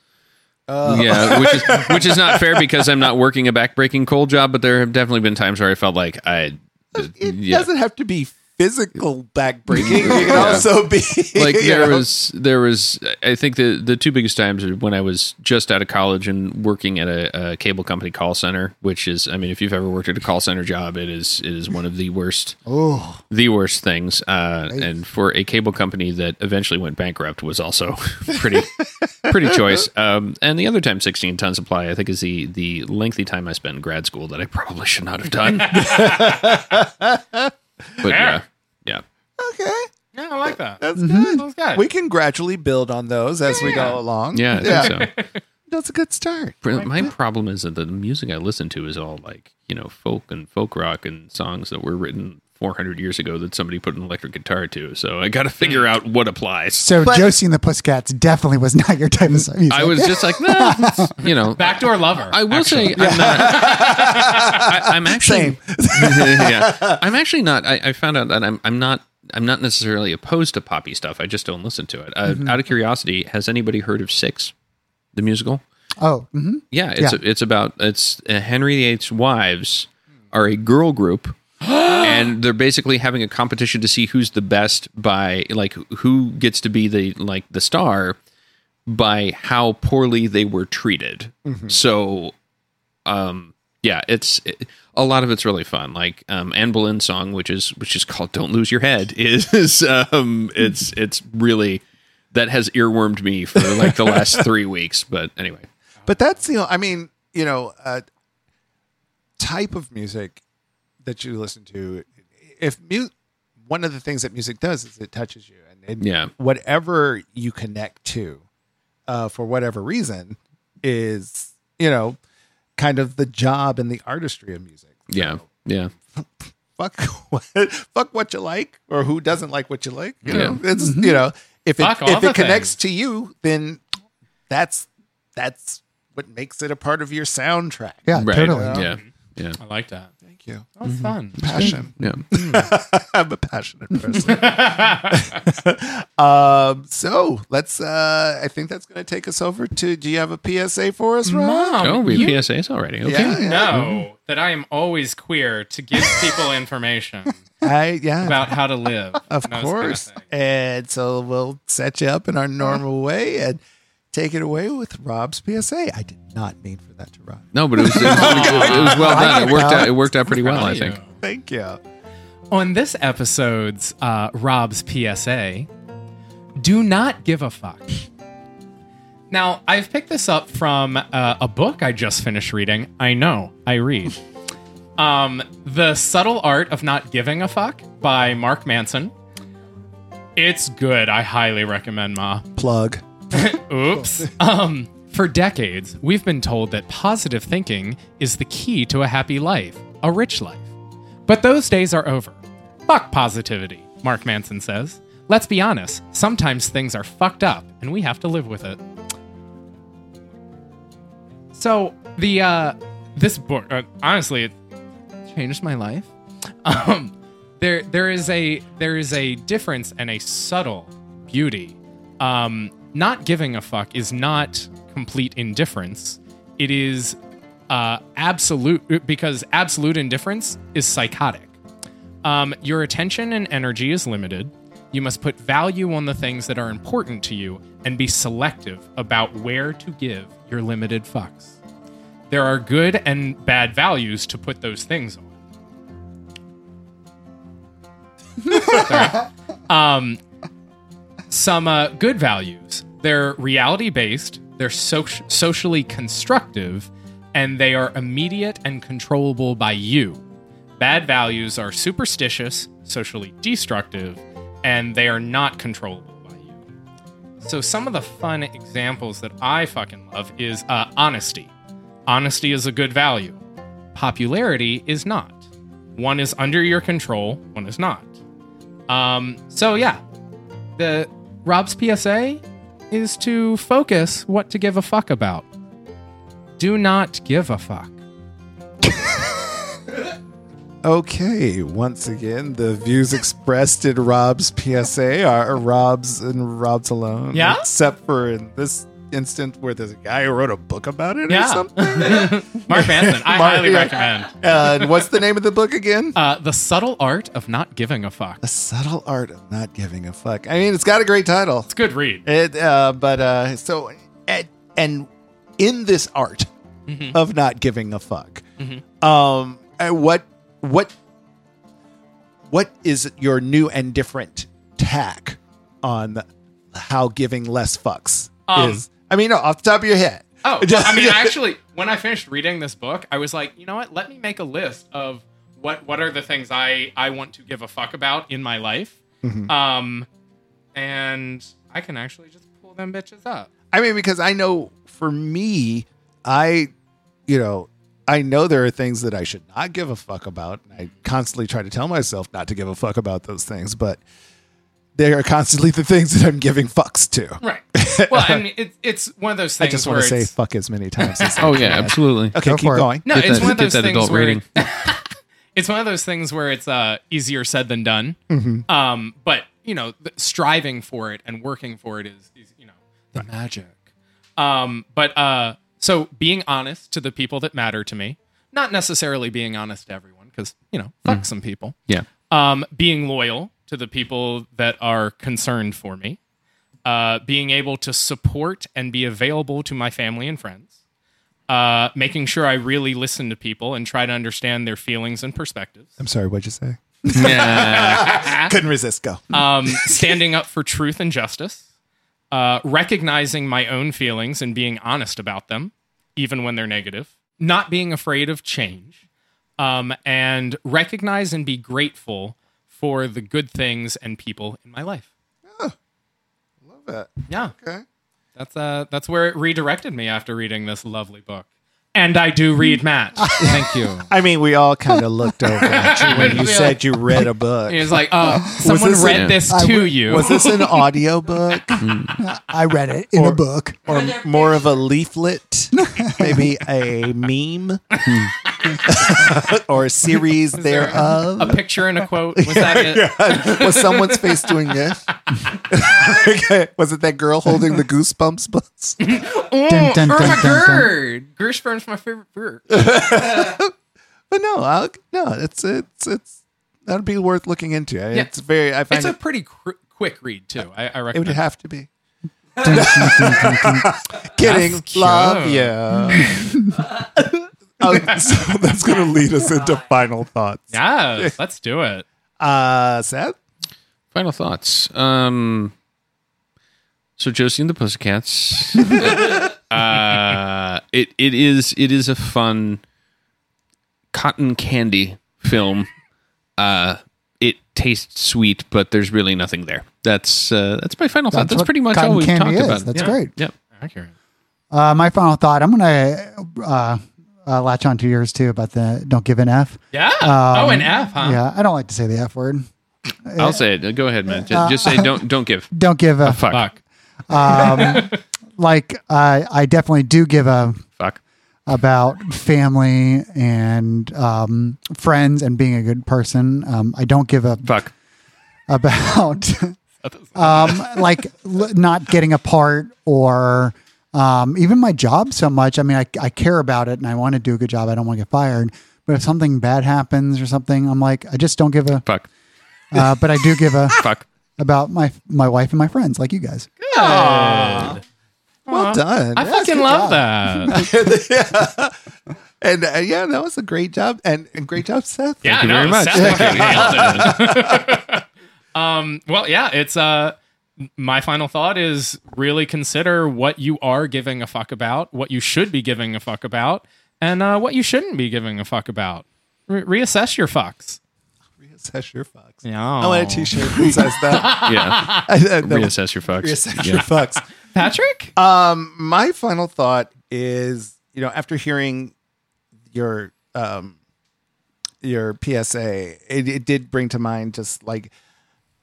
Speaker 1: Oh.
Speaker 5: yeah which is which is not fair because I'm not working a backbreaking coal job but there have definitely been times where I felt like I
Speaker 1: it
Speaker 5: yeah.
Speaker 1: doesn't have to be physical back breaking. It can also be
Speaker 5: like
Speaker 1: you
Speaker 5: there
Speaker 1: know.
Speaker 5: was there was I think the the two biggest times are when I was just out of college and working at a, a cable company call center, which is I mean if you've ever worked at a call center job, it is it is one of the worst
Speaker 1: Oh.
Speaker 5: the worst things. Uh, And for a cable company that eventually went bankrupt was also pretty pretty choice. Um, and the other time, sixteen tons apply, I think is the the lengthy time I spent in grad school that I probably should not have done. but yeah, yeah.
Speaker 1: okay.
Speaker 3: Yeah, I like that.
Speaker 1: That's good.
Speaker 3: That was good.
Speaker 1: Mm-hmm. We can gradually build on those as we go along.
Speaker 5: Yeah, I think so.
Speaker 1: that's a good start.
Speaker 5: Pr- My problem is that the music I listen to is all like you know folk and folk rock and songs that were written 400 years ago that somebody put an electric guitar to. So I got to figure out what applies.
Speaker 4: So
Speaker 1: But-
Speaker 4: Josie and the Pussycats definitely was not your type of music.
Speaker 5: I was just like, nah, it's- you know,
Speaker 3: Backdoor lover.
Speaker 5: I will say I'm not. I, I'm actually. yeah, I'm actually not. I, I found out that I'm. I'm not. I'm not necessarily opposed to poppy stuff. I just don't listen to it. Uh, Out of curiosity, has anybody heard of Six, the musical?
Speaker 4: oh, mhm.
Speaker 5: Yeah, it's it's about it's uh, Henry VIII's wives are a girl group, and they're basically having a competition to see who's the best by like who gets to be the like the star by how poorly they were treated. So, um, yeah, it's it- a lot of it's really fun. Like um, Anne Boleyn's song, which is which is called "Don't Lose Your Head," is um, it's it's really that has earwormed me for like the last three weeks. But anyway.
Speaker 1: But that's you know, I mean, you know, uh, type of music that you listen to. If mu- one of the things that music does is it touches you, and, and
Speaker 5: Yeah.
Speaker 1: whatever you connect to, uh, for whatever reason, is you know, kind of the job and the artistry of music.
Speaker 5: Yeah. Yeah.
Speaker 1: Fuck what, fuck what you like, or who doesn't like what you like. You know,
Speaker 5: Yeah.
Speaker 1: it's you know, if it
Speaker 3: Fuck all
Speaker 1: if
Speaker 3: the
Speaker 1: it connects to you, then that's that's what makes it a part of your soundtrack.
Speaker 4: Yeah,
Speaker 5: Right.
Speaker 4: totally.
Speaker 5: Yeah. Yeah.
Speaker 3: I like that.
Speaker 1: Thank you.
Speaker 3: That was fun.
Speaker 1: Passion.
Speaker 5: Yeah.
Speaker 1: I'm a passionate person. um, so let's. Uh, I think that's going to take us over to. Do you have a PSA for us, Ron?
Speaker 3: Mom,
Speaker 5: oh, we
Speaker 3: you
Speaker 5: have PSAs already. Okay.
Speaker 1: Yeah, yeah. Mm-hmm.
Speaker 3: know that I am always queer to give people information
Speaker 1: I, yeah,
Speaker 3: about how to live.
Speaker 1: of
Speaker 3: and those kinda
Speaker 1: course.
Speaker 3: things.
Speaker 1: and so we'll set you up in our normal way and take it away with Rob's PSA. I did not mean for that to rhyme.
Speaker 5: No, but it was, it was, pretty cool. It was well done. It worked out. It worked out pretty well, I
Speaker 3: Yeah.
Speaker 5: think.
Speaker 1: Thank you.
Speaker 3: On this episode's uh, Rob's PSA, do not give a fuck. Now, I've picked this up from uh, a book I just finished reading. I know, I read. um, the Subtle Art of Not Giving a Fuck by Mark Manson. It's good. I highly recommend, Ma.
Speaker 1: Plug.
Speaker 3: Oops. Um, for decades, we've been told that positive thinking is the key to a happy life, a rich life. But those days are over. Fuck positivity, Mark Manson says. Let's be honest, sometimes things are fucked up and we have to live with it. So, the uh this book uh, honestly it changed my life. Um there there is a there is a difference and a subtle beauty. Um not giving a fuck is not complete indifference. It is uh, absolute because absolute indifference is psychotic. Um, your attention and energy is limited. You must put value on the things that are important to you and be selective about where to give your limited fucks. There are good and bad values to put those things on. some uh, good values. They're reality based, they're so- socially constructive, and they are immediate and controllable by you. Bad values are superstitious, socially destructive, and they are not controllable by you. So, some of the fun examples that I fucking love is uh, honesty. Honesty is a good value, popularity is not. One is under your control, one is not. Um, so, yeah, the Rob's PSA is to focus what to give a fuck about. Do not give a fuck.
Speaker 1: Okay, once again, the views expressed in Rob's PSA are Rob's and Rob's alone.
Speaker 3: Yeah?
Speaker 1: Except for in this instance where there's a guy who wrote a book about it or
Speaker 3: Yeah.
Speaker 1: something.
Speaker 3: Mark Manson, I
Speaker 1: Mark-
Speaker 3: highly
Speaker 1: yeah.
Speaker 3: recommend.
Speaker 1: and what's the name of the book again?
Speaker 3: Uh, the subtle art of not giving a fuck.
Speaker 1: the Subtle Art of Not Giving a Fuck. I mean, it's got a great title.
Speaker 3: It's a good read.
Speaker 1: It, uh, but uh, so, and, and in this art
Speaker 3: Mm-hmm.
Speaker 1: of not giving a fuck, um, uh, what what what is your new and different tack on how giving less fucks
Speaker 3: Um,
Speaker 1: is? I mean, no, off the top of your head.
Speaker 3: Oh,
Speaker 1: Just-
Speaker 3: I mean, actually, when I finished reading this book, I was like, you know what? Let me make a list of what what are the things I I want to give a fuck about in my life.
Speaker 1: Mm-hmm.
Speaker 3: Um, and I can actually just pull them bitches up.
Speaker 1: I mean, because I know for me, I, you know, I know there are things that I should not give a fuck about. And I constantly try to tell myself not to give a fuck about those things, but they are constantly the things that I'm giving fucks to.
Speaker 3: Right. Well, I mean, it's it's one of those
Speaker 1: I
Speaker 3: things.
Speaker 1: just
Speaker 3: where
Speaker 1: want to say
Speaker 3: it's-
Speaker 1: fuck as many times as I
Speaker 5: Oh yeah,
Speaker 1: can.
Speaker 5: absolutely.
Speaker 1: Okay,
Speaker 4: Go
Speaker 1: keep
Speaker 4: for it.
Speaker 1: going.
Speaker 3: No,
Speaker 5: Get
Speaker 3: it's
Speaker 5: that-
Speaker 3: one of
Speaker 5: get
Speaker 3: those
Speaker 5: that
Speaker 3: things
Speaker 5: adult
Speaker 3: where
Speaker 5: rating.
Speaker 3: it's one of those things where it's uh, easier said than done.
Speaker 1: Mm-hmm.
Speaker 3: Um, but you know, th- striving for it and working for it is, is you know the magic. Um, but uh, so being honest to the people that matter to me, not necessarily being honest to everyone, because you know, fuck
Speaker 5: Mm.
Speaker 3: some people
Speaker 5: Yeah.
Speaker 3: um, being loyal to the people that are concerned for me, uh, being able to support and be available to my family and friends, uh, making sure I really listen to people and try to understand their feelings and perspectives,
Speaker 1: I'm sorry, what'd you say?
Speaker 5: Yeah.
Speaker 1: Couldn't resist. Go.
Speaker 3: um, standing up for truth and justice, uh, recognizing my own feelings and being honest about them, even when they're negative, not being afraid of change, um, and recognize and be grateful for the good things and people in my life.
Speaker 1: Love that.
Speaker 3: Yeah,
Speaker 1: Okay.
Speaker 3: that's uh, that's where it redirected me after reading this lovely book. And I do read Matt. Thank you.
Speaker 1: I mean, we all kind of looked over at you when you
Speaker 3: Yeah.
Speaker 1: said you read a book.
Speaker 3: He was like, "Oh, someone
Speaker 1: this
Speaker 3: read
Speaker 5: in-
Speaker 3: this
Speaker 4: I
Speaker 3: to
Speaker 4: w-
Speaker 3: you."
Speaker 1: Was this an audio book
Speaker 4: I read it in
Speaker 1: Or-
Speaker 4: a book.
Speaker 1: or
Speaker 6: Were there
Speaker 1: more of a leaflet? Maybe a meme or a series
Speaker 3: Hmm. there
Speaker 1: thereof?
Speaker 3: a picture and a quote? Was that it?
Speaker 1: was someone's face doing this? okay. Was it that girl holding the goosebumps books?
Speaker 4: Dun, dun,
Speaker 3: Oh, Irma
Speaker 4: dun, dun, dun.
Speaker 3: Gerd. Gershburn's my favorite bird.
Speaker 1: But no, I'll, no, it's it's it's that'd be worth looking into. I-
Speaker 3: Yeah.
Speaker 1: It's very I find
Speaker 3: It's a
Speaker 1: it,
Speaker 3: pretty cr- quick read too. I, I
Speaker 1: it would
Speaker 3: recommend.
Speaker 1: have to be.
Speaker 4: Dun, dun, dun, dun, dun.
Speaker 1: Kidding,
Speaker 3: That's
Speaker 1: love
Speaker 3: cute.
Speaker 1: you. Oh, so that's gonna lead us into final thoughts.
Speaker 3: yeah, let's do it.
Speaker 1: Uh, Seth,
Speaker 5: Final thoughts. Um, so Josie and the Pussycats. uh, it it is it is a fun cotton candy film. Uh, it tastes sweet, but there's really nothing there. That's uh, that's my final thought. That's
Speaker 4: what
Speaker 5: pretty much
Speaker 4: cotton
Speaker 5: all we've
Speaker 4: candy
Speaker 5: talked
Speaker 4: is.
Speaker 5: about.
Speaker 4: That's
Speaker 3: Yeah.
Speaker 4: great.
Speaker 5: Yep.
Speaker 3: Accurate.
Speaker 4: Uh, my final thought. I'm gonna uh, uh, latch on to yours too about the don't give an f.
Speaker 3: Yeah. oh, an F, huh?
Speaker 4: Yeah, I don't like to say the f word.
Speaker 5: I'll say it. Go ahead, man. Just, just
Speaker 1: Uh,
Speaker 5: say don't don't give
Speaker 4: Don't give a
Speaker 5: fuck
Speaker 3: Fuck.
Speaker 4: like. Uh, I definitely do give a
Speaker 5: fuck.
Speaker 4: about family and um, friends and being a good person. Um, I don't give a
Speaker 5: Fuck.
Speaker 4: about um, like l- not getting apart or um, even my job so much. I mean, I, I care about it and I want to do a good job. I don't want to get fired. But if something bad happens or something, I'm like, I just don't give a.
Speaker 5: Fuck.
Speaker 4: Uh, but I do give a
Speaker 5: Fuck.
Speaker 4: about my my wife and my friends, like you guys.
Speaker 1: well done.
Speaker 3: Uh-huh. I fucking love that.
Speaker 1: And uh, yeah, that was a great job, and, and great job, Seth.
Speaker 3: yeah,
Speaker 5: you
Speaker 3: no,
Speaker 5: very much.
Speaker 3: Seth fucking nailed it. um, well, yeah, it's uh, my final thought is really consider what you are giving a fuck about, what you should be giving a fuck about, and uh, what you shouldn't be giving a fuck about. Re- reassess your fucks.
Speaker 1: reassess your fucks.
Speaker 3: Yeah.
Speaker 1: I want a T-shirt that says that.
Speaker 5: Yeah.
Speaker 1: I- I- that-
Speaker 5: Reassess your fucks.
Speaker 1: reassess
Speaker 5: Yeah.
Speaker 1: your fucks.
Speaker 3: Patrick?
Speaker 1: Um, my final thought is, you know, after hearing your um your PSA, it, it did bring to mind just like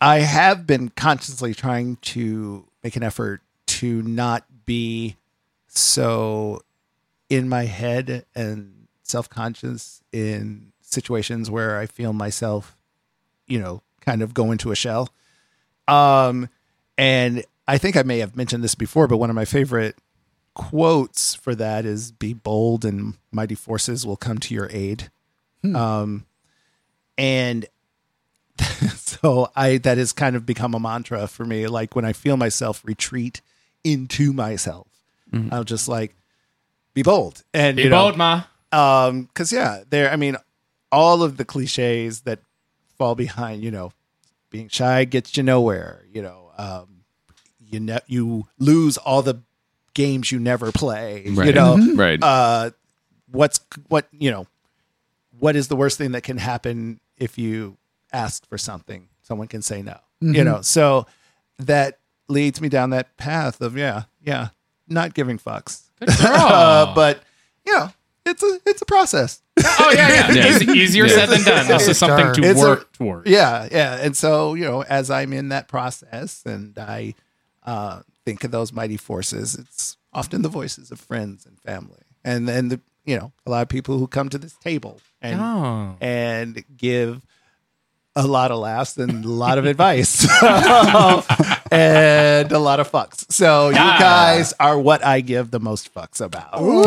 Speaker 1: I have been consciously trying to make an effort to not be so in my head and self conscious in situations where I feel myself, you know, kind of go into a shell. Um, and I think I may have mentioned this before, but one of my favorite quotes for that is be bold and mighty forces will come to your aid. Um, and so I, that has kind of become a mantra for me. Like when I feel myself retreat into myself, I'll just like be bold and
Speaker 3: Be
Speaker 1: you know,
Speaker 3: bold, ma.
Speaker 1: um because yeah there i mean all of the cliches that fall behind you know being shy gets you nowhere you know um you know you lose all the games you never play you
Speaker 5: Right. Mm-hmm.
Speaker 1: know
Speaker 5: Right.
Speaker 1: uh what's what you know what is the worst thing that can happen if you ask for something someone can say no you know so that leads me down that path of yeah yeah not giving fucks uh, but you know it's a it's a process
Speaker 3: Oh yeah, yeah.
Speaker 5: Yeah.
Speaker 3: Easy- easier
Speaker 5: Yeah.
Speaker 3: said than done. This is something to
Speaker 1: It's a-
Speaker 3: work toward.
Speaker 1: yeah yeah and so you know as i'm in that process and i uh think of those mighty forces it's often the voices of friends and family and then the you know a lot of people who come to this table and
Speaker 3: Oh.
Speaker 1: and give a lot of laughs and a lot of advice and a lot of fucks. So you
Speaker 3: Yeah.
Speaker 1: guys are what I give the most fucks about.
Speaker 3: Cling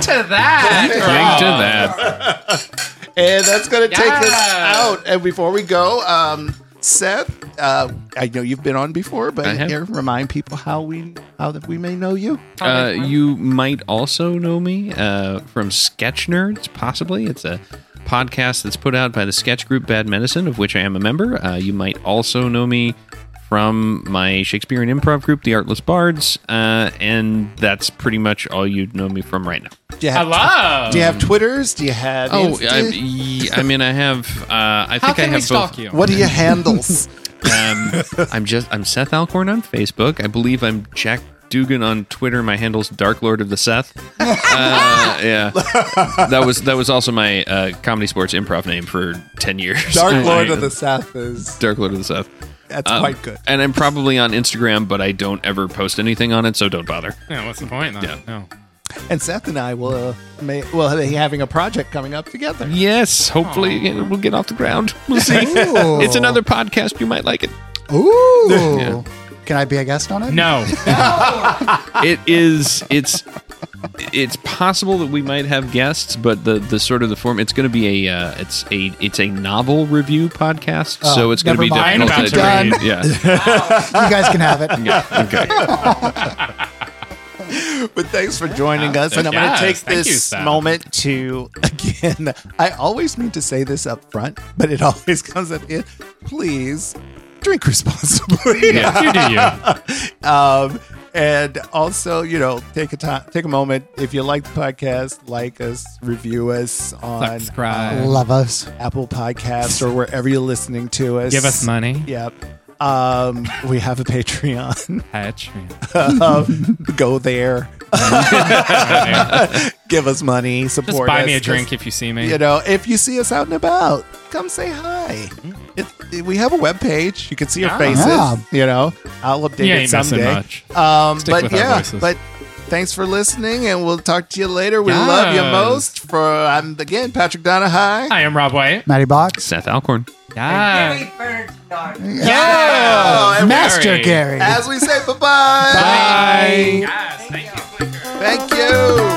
Speaker 3: to that.
Speaker 5: Link to
Speaker 3: girl.
Speaker 5: that.
Speaker 1: And that's going to take us
Speaker 3: Yeah.
Speaker 1: out. And before we go, um, Seth, uh, I know you've been on before,
Speaker 5: I
Speaker 1: but
Speaker 5: have.
Speaker 1: here, remind people how we how that we may know you.
Speaker 5: Uh, you might also know me uh, from Sketch Nerds, possibly. It's a podcast that's put out by the sketch group Bad Medicine, of which I am a member. Uh, you might also know me from my Shakespearean improv group, the Artless Bards, uh, and that's pretty much all you know me from right now.
Speaker 1: Do you have,
Speaker 3: Hello.
Speaker 1: do you have Twitters? Do you have?
Speaker 5: Oh,
Speaker 1: Insta?
Speaker 5: I, y- I mean, I have. Uh, I think
Speaker 3: eh. How
Speaker 5: I
Speaker 3: can we
Speaker 5: have both.
Speaker 3: stalk you?
Speaker 1: what are your handles?
Speaker 5: Um, I'm just I'm Seth Alcorn on Facebook. I believe I'm Jack Dugan on Twitter. My handle's Dark Lord of the Seth. Uh, yeah, that was that was also my uh, comedy sports improv name for ten years.
Speaker 1: Dark Lord
Speaker 5: I-
Speaker 1: of the South is
Speaker 5: Dark Lord of the Seth.
Speaker 1: that's
Speaker 5: Um,
Speaker 1: quite good.
Speaker 5: And I'm probably on Instagram, but I don't ever post anything on it, so don't bother.
Speaker 3: Yeah, what's the point? Then?
Speaker 5: Yeah.
Speaker 3: No.
Speaker 1: And Seth and I will uh, may, will be having a project coming up together.
Speaker 5: Yes, hopefully it will get off the ground. We'll see. it's another podcast. You might like it.
Speaker 4: Ooh. Can I be a guest on it?
Speaker 3: No.
Speaker 5: it is it's it's possible that we might have guests but the the sort of the form it's going to be a uh, it's a it's a novel review podcast so it's going to
Speaker 4: Oh, never
Speaker 5: be
Speaker 4: mind.
Speaker 5: difficult
Speaker 3: I'm about
Speaker 5: to read. yeah
Speaker 4: You guys can have it.
Speaker 5: yeah okay
Speaker 1: But thanks for joining us. And I'm going
Speaker 3: yes,
Speaker 1: to take
Speaker 3: thank you,
Speaker 1: this
Speaker 3: Seth.
Speaker 1: moment to, again, I always need to say this up front, but it always comes up in. Please drink responsibly.
Speaker 5: Yeah.
Speaker 3: you do you.
Speaker 1: um, and also, you know, take a time, take a moment. If you like the podcast, like us, review us on uh,
Speaker 3: Subscribe.
Speaker 4: Love us.
Speaker 1: Apple Podcasts or wherever you're listening to us.
Speaker 3: Give us money.
Speaker 1: Yep. Um, we have a Patreon.
Speaker 3: Patreon.
Speaker 1: um, go there. Give us money. Support.
Speaker 3: Just buy
Speaker 1: us,
Speaker 3: me a
Speaker 1: 'cause,
Speaker 3: drink if you see me.
Speaker 1: You know, if you see us out and about, come say hi. If, we have a webpage. You can see our
Speaker 3: Mm-hmm. Yeah.
Speaker 1: faces.
Speaker 4: Yeah.
Speaker 1: You know, I'll update
Speaker 3: You
Speaker 1: it
Speaker 3: ain't missing
Speaker 1: someday.
Speaker 3: much.
Speaker 1: Um,
Speaker 3: Stick
Speaker 1: but
Speaker 3: with our
Speaker 1: yeah,
Speaker 3: voices.
Speaker 1: but thanks for listening, and we'll talk to you later. We love you
Speaker 3: Yes.
Speaker 1: most. For I'm again Patrick Donahue.
Speaker 3: I am Rob Ah, White.
Speaker 4: Matty Box.
Speaker 5: seth alcorn
Speaker 3: Yeah.
Speaker 6: Gary Bernard.
Speaker 1: Oh, and
Speaker 4: Master
Speaker 3: Gary.
Speaker 4: Gary.
Speaker 1: as we say, bye-bye.
Speaker 3: Bye.
Speaker 1: Thank you.